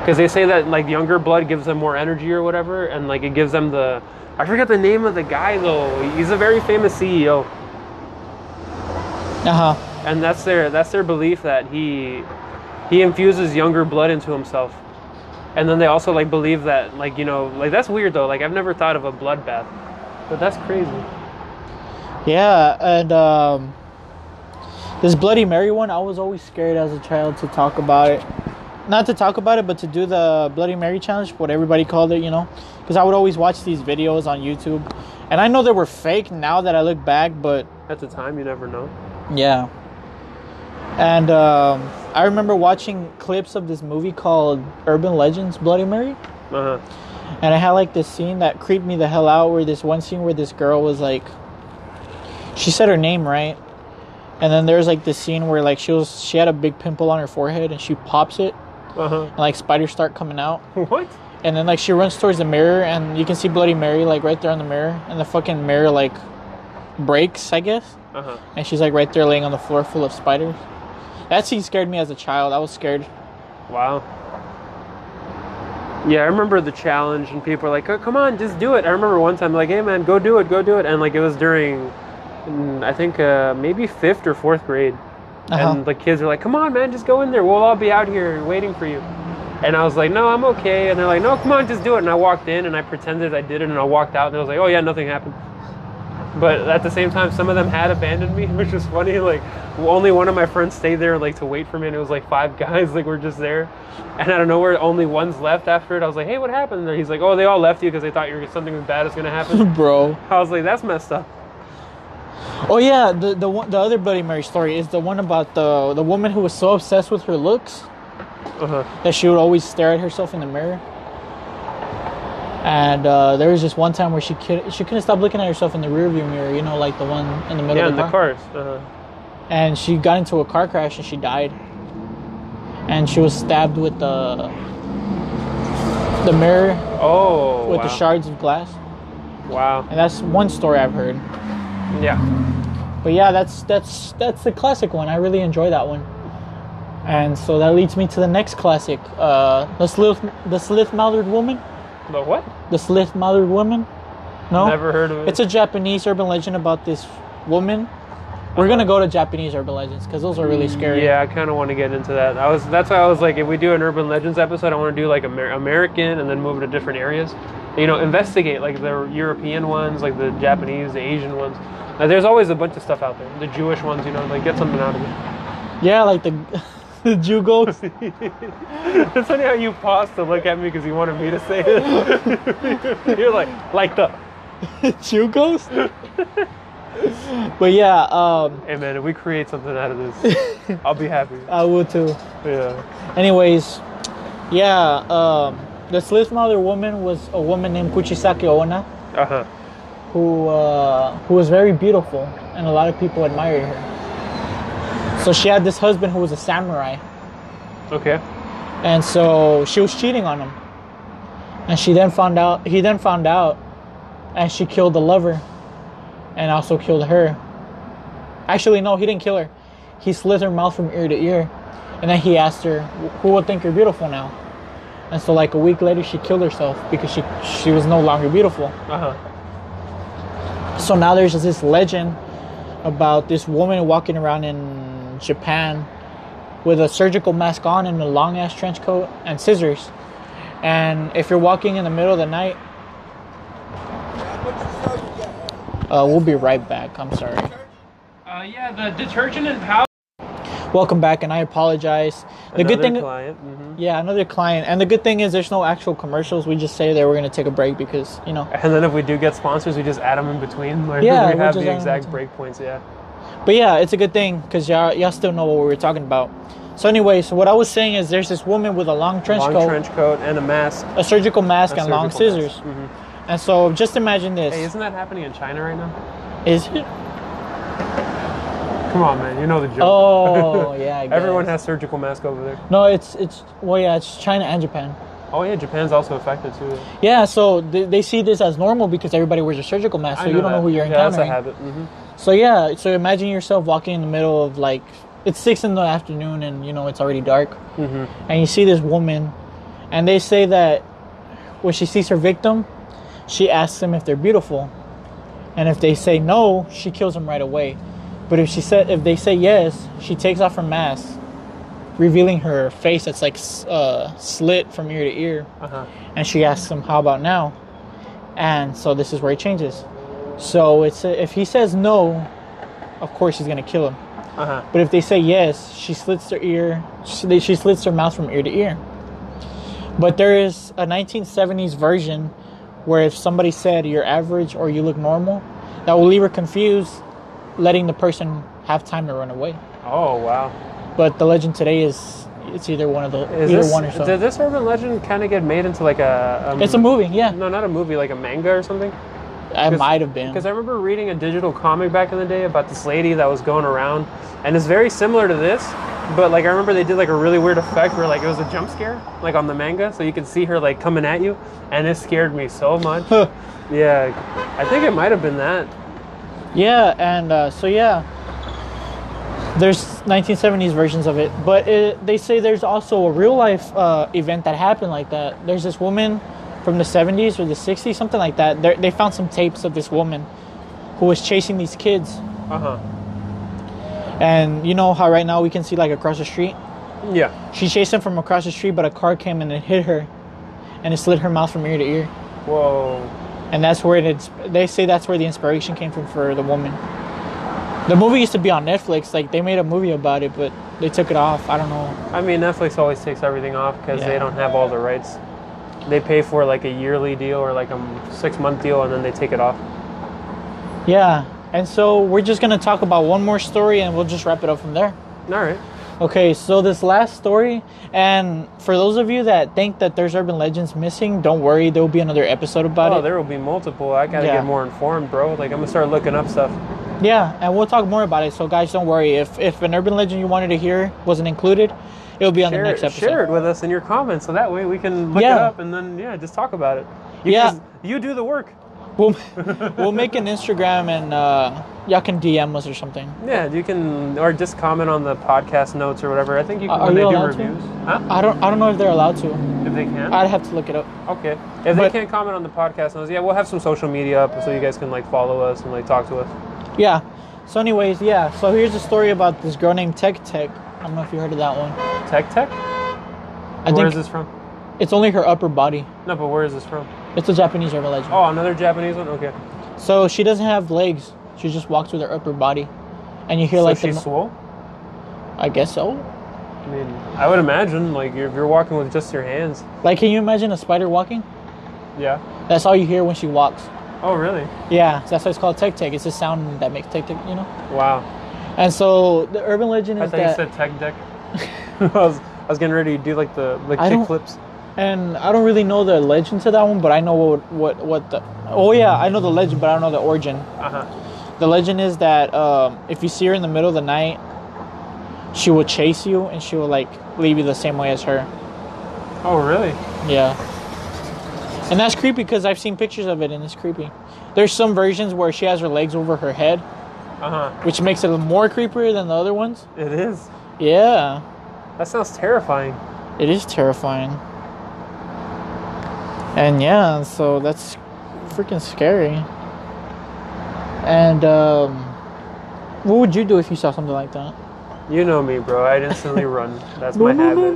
Speaker 1: Because they say that like younger blood gives them more energy or whatever, and like it gives them the I forget the name of the guy though. He's a very famous CEO.
Speaker 2: Uh huh.
Speaker 1: and that's their that's their belief that he he infuses younger blood into himself and then they also like believe that like you know like that's weird though like i've never thought of a bloodbath but that's crazy
Speaker 2: Yeah, and um, this Bloody Mary one, I was always scared as a child to talk about it not to talk about it, but to do the Bloody Mary challenge, what everybody called it, you know, because I would always watch these videos on YouTube, and I know they were fake now that I look back, but
Speaker 1: At the time, you never know.
Speaker 2: yeah. And um, I remember watching clips of this movie called Urban Legends Bloody Mary,
Speaker 1: Uh huh.
Speaker 2: and I had like this scene that creeped me the hell out. Where this one scene where this girl was like, she said her name right, and then there's like this scene where like she was she had a big pimple on her forehead and she pops it
Speaker 1: Uh
Speaker 2: and like spiders start coming out.
Speaker 1: huh. *laughs* What?
Speaker 2: And then like she runs towards the mirror and you can see Bloody Mary like right there on the mirror and the fucking mirror like breaks, I guess.
Speaker 1: Uh huh.
Speaker 2: And she's like right there laying on the floor full of spiders. That scene scared me as a child. I was scared. *laughs*
Speaker 1: Wow. Yeah, I remember the challenge, and people were like, oh, "Come on, just do it." I remember one time, like, "Hey, man, go do it, go do it," and like it was during, mm, I think uh, maybe fifth or fourth grade,
Speaker 2: Uh-huh.
Speaker 1: and the kids were like, "Come on, man, just go in there. We'll all be out here waiting for you." And I was like, "No, I'm okay." And they're like, "No, come on, just do it." And I walked in, and I pretended I did it, and I walked out, and I was like, "Oh yeah, nothing happened." But at the same time, some of them had abandoned me, *laughs* which was funny. Like, only one of my friends stayed there, like, to wait for me, and it was like five *laughs* guys, like, were just there. And out of nowhere, only one's left after it. I was like, hey, what happened? And he's like, oh, they all left you because they thought you were, something bad was going to
Speaker 2: *laughs*
Speaker 1: happen.
Speaker 2: Bro.
Speaker 1: I was like, that's messed up.
Speaker 2: Oh yeah, the the one, the other Bloody Mary story is the one about the the woman who was so obsessed with her looks
Speaker 1: Uh huh.
Speaker 2: that she would always stare at herself in the mirror. And uh, there was just one time where she could, she couldn't stop looking at herself in the rearview mirror, you know, like the one in the middle
Speaker 1: Yeah,
Speaker 2: of
Speaker 1: in
Speaker 2: the
Speaker 1: the
Speaker 2: car.
Speaker 1: cars. Uh huh.
Speaker 2: and she got into a car crash and she died. And she was stabbed with the the mirror
Speaker 1: Oh.
Speaker 2: with
Speaker 1: wow.
Speaker 2: the shards of glass.
Speaker 1: Wow.
Speaker 2: And that's one story I've heard.
Speaker 1: Yeah.
Speaker 2: But yeah, that's that's that's the classic one. I really enjoy that one. And so that leads me to the next classic, uh, the slith the slith mouthed woman,
Speaker 1: The what?
Speaker 2: the slith mouthed woman. No,
Speaker 1: Never heard of it.
Speaker 2: It's a Japanese urban legend about this woman. We're gonna go to Japanese urban legends because those are really scary.
Speaker 1: Yeah, I kind of want to get into that. I was that's why I was like, if we do an urban legends episode, I want to do like Amer- American and then move to different areas. You know, investigate like the European ones, like the Japanese, the Asian ones. Like, there's always a bunch of stuff out there. The Jewish ones, you know, like get something out of it.
Speaker 2: Yeah, like the *laughs* the Jew ghost. *laughs*
Speaker 1: it's funny how you paused to look at me because you wanted me to say it. *laughs* You're like, like the.
Speaker 2: Jew
Speaker 1: *laughs*
Speaker 2: ghost. but yeah, um,
Speaker 1: Hey man, if we create something out of this, I'll be happy.
Speaker 2: I would too.
Speaker 1: Yeah.
Speaker 2: Anyways, yeah, um, the slith mother woman was a woman named Kuchisake Onna
Speaker 1: Uh huh.
Speaker 2: who uh, who was very beautiful, and a lot of people admired her. So she had this husband who was a samurai,
Speaker 1: Okay.
Speaker 2: and so she was cheating on him. And she then found out. He then found out, and she killed the lover, and also killed her. Actually, no, he didn't kill her. He slit her mouth from ear to ear, and then he asked her, "Who will think you're beautiful now?" And so, like a week later, she killed herself because she she was no longer beautiful.
Speaker 1: Uh huh.
Speaker 2: So now there's just this legend about this woman walking around in Japan with a surgical mask on and a long ass trench coat and scissors. And if you're walking in the middle of the night, uh, we'll be right back. I'm sorry.
Speaker 1: Uh, yeah, the detergent and powder.
Speaker 2: Welcome back, and I apologize. The good thing,
Speaker 1: Client. hmm
Speaker 2: yeah, another client. And the good thing is, there's no actual commercials. We just say that we're gonna take a break because you know.
Speaker 1: And then if we do get sponsors, we just add them in between. Like,
Speaker 2: Yeah,
Speaker 1: we
Speaker 2: we
Speaker 1: have
Speaker 2: just
Speaker 1: the
Speaker 2: add 'em
Speaker 1: exact
Speaker 2: in
Speaker 1: breakpoints. Yeah.
Speaker 2: But yeah, it's a good thing because y'all, y'all still know what we were talking about. So, anyway, so what I was saying is there's this woman with a long trench
Speaker 1: Long
Speaker 2: coat,
Speaker 1: trench coat and a mask.
Speaker 2: a surgical mask,
Speaker 1: A
Speaker 2: and long
Speaker 1: surgical
Speaker 2: scissors.
Speaker 1: mask. Mm-hmm.
Speaker 2: And so, just imagine this.
Speaker 1: Hey, isn't that happening in China right now?
Speaker 2: is it?
Speaker 1: Come on, man. You know the joke.
Speaker 2: Oh, yeah. I
Speaker 1: *laughs*
Speaker 2: guess.
Speaker 1: Everyone has surgical mask over there.
Speaker 2: No, it's, it's, well, yeah, it's China and Japan.
Speaker 1: Oh yeah, Japan's also affected too.
Speaker 2: Yeah, so they, they see this as normal because everybody wears a surgical mask, so you don't know
Speaker 1: that.
Speaker 2: who you're
Speaker 1: yeah,
Speaker 2: encountering.
Speaker 1: that's a habit. hmm
Speaker 2: So yeah, so imagine yourself walking in the middle of like it's six in the afternoon and you know it's already dark, and you see this woman, and they say that when she sees her victim, she asks them if they're beautiful, and if they say no, she kills them right away. But if she said if they say yes, she takes off her mask, revealing her face that's like s- uh, slit from ear to ear,
Speaker 1: Uh-huh.
Speaker 2: and she asks him, "How about now?" And so this is where it changes. So it's if he says no, of course he's gonna kill him.
Speaker 1: Uh-huh.
Speaker 2: But if they say yes, she slits her ear. She, they- she slits her mouth from ear to ear. But there is a 1970s version where if somebody said you're average or you look normal, that will leave her confused, letting the person have time to run away.
Speaker 1: Oh wow!
Speaker 2: But the legend today is it's either one of the
Speaker 1: Is
Speaker 2: either
Speaker 1: this,
Speaker 2: one or so.
Speaker 1: Did this urban legend kind of get made into like a?
Speaker 2: it's a movie, yeah.
Speaker 1: No, not a movie, like a manga or something.
Speaker 2: I might have been.
Speaker 1: Because I remember reading a digital comic back in the day about this lady that was going around, and it's very similar to this, but like I remember they did like a really weird effect where like it was a jump scare, like on the manga, so you could see her like coming at you, and it scared me so much. yeah, I think it might have been that.
Speaker 2: Yeah, and uh, so yeah, there's 1970s versions of it, but it, they say there's also a real life uh, event that happened like that. There's this woman from the 70s or the 60s, something like that. they they found some tapes of this woman who was chasing these kids,
Speaker 1: Uh huh.
Speaker 2: and you know how right now we can see like across the street.
Speaker 1: Yeah.
Speaker 2: She chased them from across the street, but a car came and it hit her, and it slit her mouth from ear to ear.
Speaker 1: Whoa.
Speaker 2: and that's where it's they say that's where the inspiration came from for the woman the movie used to be on netflix like they made a movie about it but they took it off i don't know
Speaker 1: I mean, Netflix always takes everything off because they
Speaker 2: Yeah.
Speaker 1: don't have all the rights. They pay for like a yearly deal or like a six month deal, and then they take it off.
Speaker 2: yeah and so we're just gonna talk about one more story and we'll just wrap it up from there
Speaker 1: All right.
Speaker 2: okay so this last story and for those of you that think that there's urban legends missing don't worry there will be another episode about
Speaker 1: Oh,
Speaker 2: it
Speaker 1: there will be multiple. I gotta
Speaker 2: Yeah.
Speaker 1: get more informed, bro. Like I'm gonna start looking up stuff.
Speaker 2: Yeah, and we'll talk more about it. So, guys, don't worry. If if an urban legend you wanted to hear wasn't included, it'll be on
Speaker 1: Share,
Speaker 2: the next
Speaker 1: it-
Speaker 2: episode.
Speaker 1: share it with us in your comments, so that way we can look
Speaker 2: Yeah.
Speaker 1: it up and then yeah, just talk about it. You
Speaker 2: Yeah.
Speaker 1: just- you do the work.
Speaker 2: We'll *laughs* we'll make an Instagram and uh, y'all can DM us or something.
Speaker 1: Yeah, you can or just comment on the podcast notes or whatever. I think you can,
Speaker 2: Are
Speaker 1: when they
Speaker 2: you
Speaker 1: do
Speaker 2: allowed to?
Speaker 1: reviews, huh?
Speaker 2: I don't I don't know if they're allowed to.
Speaker 1: If they can.
Speaker 2: I'd have to look it up.
Speaker 1: Okay. If they
Speaker 2: But-
Speaker 1: can't comment on the podcast notes, yeah, we'll have some social media up so you guys can like follow us and like talk to us.
Speaker 2: Yeah. So anyways, yeah. So here's a story about this girl named Tech Tech. I don't know if you heard of that one.
Speaker 1: Tech Tech.
Speaker 2: I
Speaker 1: Where
Speaker 2: think
Speaker 1: is this from?
Speaker 2: it's only her upper body.
Speaker 1: No, but where is this from?
Speaker 2: It's a Japanese urban legend.
Speaker 1: Oh, another Japanese one. Okay.
Speaker 2: So she doesn't have legs. She just walks with her upper body, and you hear
Speaker 1: so
Speaker 2: like
Speaker 1: she's
Speaker 2: the.
Speaker 1: swole.
Speaker 2: I guess so.
Speaker 1: I mean, I would imagine like if you're walking with just your hands.
Speaker 2: Like, can you imagine a spider walking?
Speaker 1: Yeah.
Speaker 2: That's all you hear when she walks.
Speaker 1: Oh, really?
Speaker 2: Yeah, so that's why it's called Tech Tech. It's the sound that makes Tech Tech, you know.
Speaker 1: Wow.
Speaker 2: And so the urban legend
Speaker 1: I
Speaker 2: is
Speaker 1: thought you
Speaker 2: that,
Speaker 1: said tech
Speaker 2: *laughs*
Speaker 1: deck. *laughs* I was I was getting ready to do like the like
Speaker 2: I
Speaker 1: kick
Speaker 2: don't-
Speaker 1: flips.
Speaker 2: and I don't really know the legend to that one, but I know what what what the. Oh yeah, I know the legend, but I don't know the origin.
Speaker 1: Uh huh.
Speaker 2: The legend is that um, if you see her in the middle of the night, she will chase you and she will like leave you the same way as her.
Speaker 1: Oh, really?
Speaker 2: Yeah. And that's creepy because I've seen pictures of it and it's creepy. There's some versions where she has her legs over her head,
Speaker 1: Uh huh.
Speaker 2: which makes it more creepier than the other ones.
Speaker 1: It is.
Speaker 2: Yeah.
Speaker 1: That sounds terrifying.
Speaker 2: It is terrifying. And yeah, so that's freaking scary. And um, what would you do if you saw something like that?
Speaker 1: You know me, bro. I'd
Speaker 2: *laughs*
Speaker 1: instantly run. That's my habit.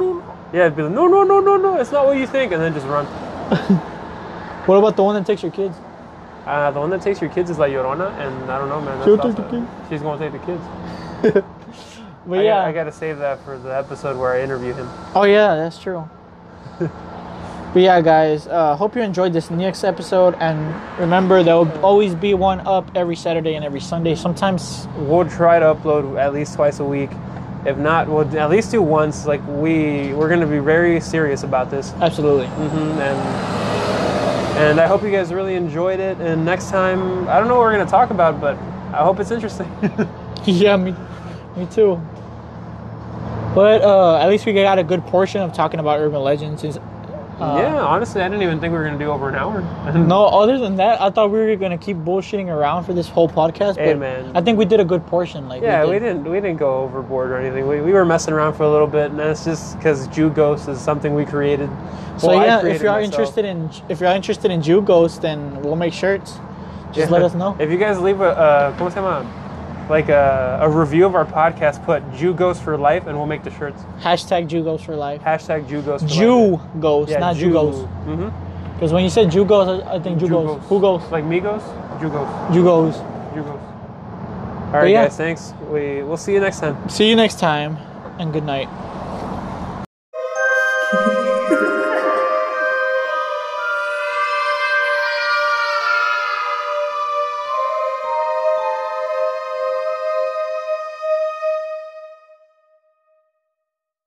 Speaker 1: Yeah, I'd be like, no, no, no, no, no. It's not what you think, and then just run.
Speaker 2: What about the one that takes your kids?
Speaker 1: Uh, the one that takes your kids is La Llorona, and I don't know, man.
Speaker 2: She'll
Speaker 1: That's
Speaker 2: take the
Speaker 1: awesome. She's gonna take the kids.
Speaker 2: But
Speaker 1: I
Speaker 2: yeah,
Speaker 1: Gotta, I gotta save that for the episode where I interview him.
Speaker 2: oh yeah, that's
Speaker 1: *laughs*
Speaker 2: true. but yeah, guys, uh, hope you enjoyed this next episode, and remember there will always be one up every Saturday and every Sunday. Sometimes,
Speaker 1: we'll try to upload at least twice a week. If not, we'll at least do once. Like we we're gonna be very serious about this,
Speaker 2: absolutely.
Speaker 1: hmm and and I hope you guys really enjoyed it. And next time, I don't know what we're gonna talk about, but I hope it's
Speaker 2: *laughs*
Speaker 1: interesting.
Speaker 2: Uh, yeah, me, me too. But uh, at least we got a good portion of talking about urban legends. uh, Is,
Speaker 1: *laughs* yeah, honestly, I didn't even think we were gonna do over an hour. *laughs*
Speaker 2: No, other than that, I thought we were gonna keep bullshitting around for this whole podcast.
Speaker 1: Hey,
Speaker 2: but
Speaker 1: man.
Speaker 2: I think we did a good portion. Like
Speaker 1: yeah, we didn't we didn't go overboard or anything. We, we were messing around for a little bit, and that's just because Jew Ghost is something we created.
Speaker 2: So
Speaker 1: Well, I
Speaker 2: yeah, if
Speaker 1: created
Speaker 2: you are
Speaker 1: myself.
Speaker 2: interested in if you are interested in Jew Ghost, then we'll make shirts. Just let
Speaker 1: *laughs*
Speaker 2: us know.
Speaker 1: If you guys leave a, uh, ¿cómo se llama? Like a, a review of our podcast, put Jew Ghost for Life, and we'll make the shirts.
Speaker 2: Hashtag Jew Ghost for life.
Speaker 1: Hashtag Jew Ghost for Life.
Speaker 2: Jew Ghost,
Speaker 1: Yeah,
Speaker 2: not Jew, Ghost.
Speaker 1: hmm
Speaker 2: Because when you said Jew Ghost, I I think Jew, Ghost. Who goes?
Speaker 1: Like me Ghost? Jew Ghost.
Speaker 2: Jew Ghost.
Speaker 1: Jew Ghost. All right,
Speaker 2: yeah.
Speaker 1: guys. Thanks. We we'll see you next time.
Speaker 2: See you next time, and good night.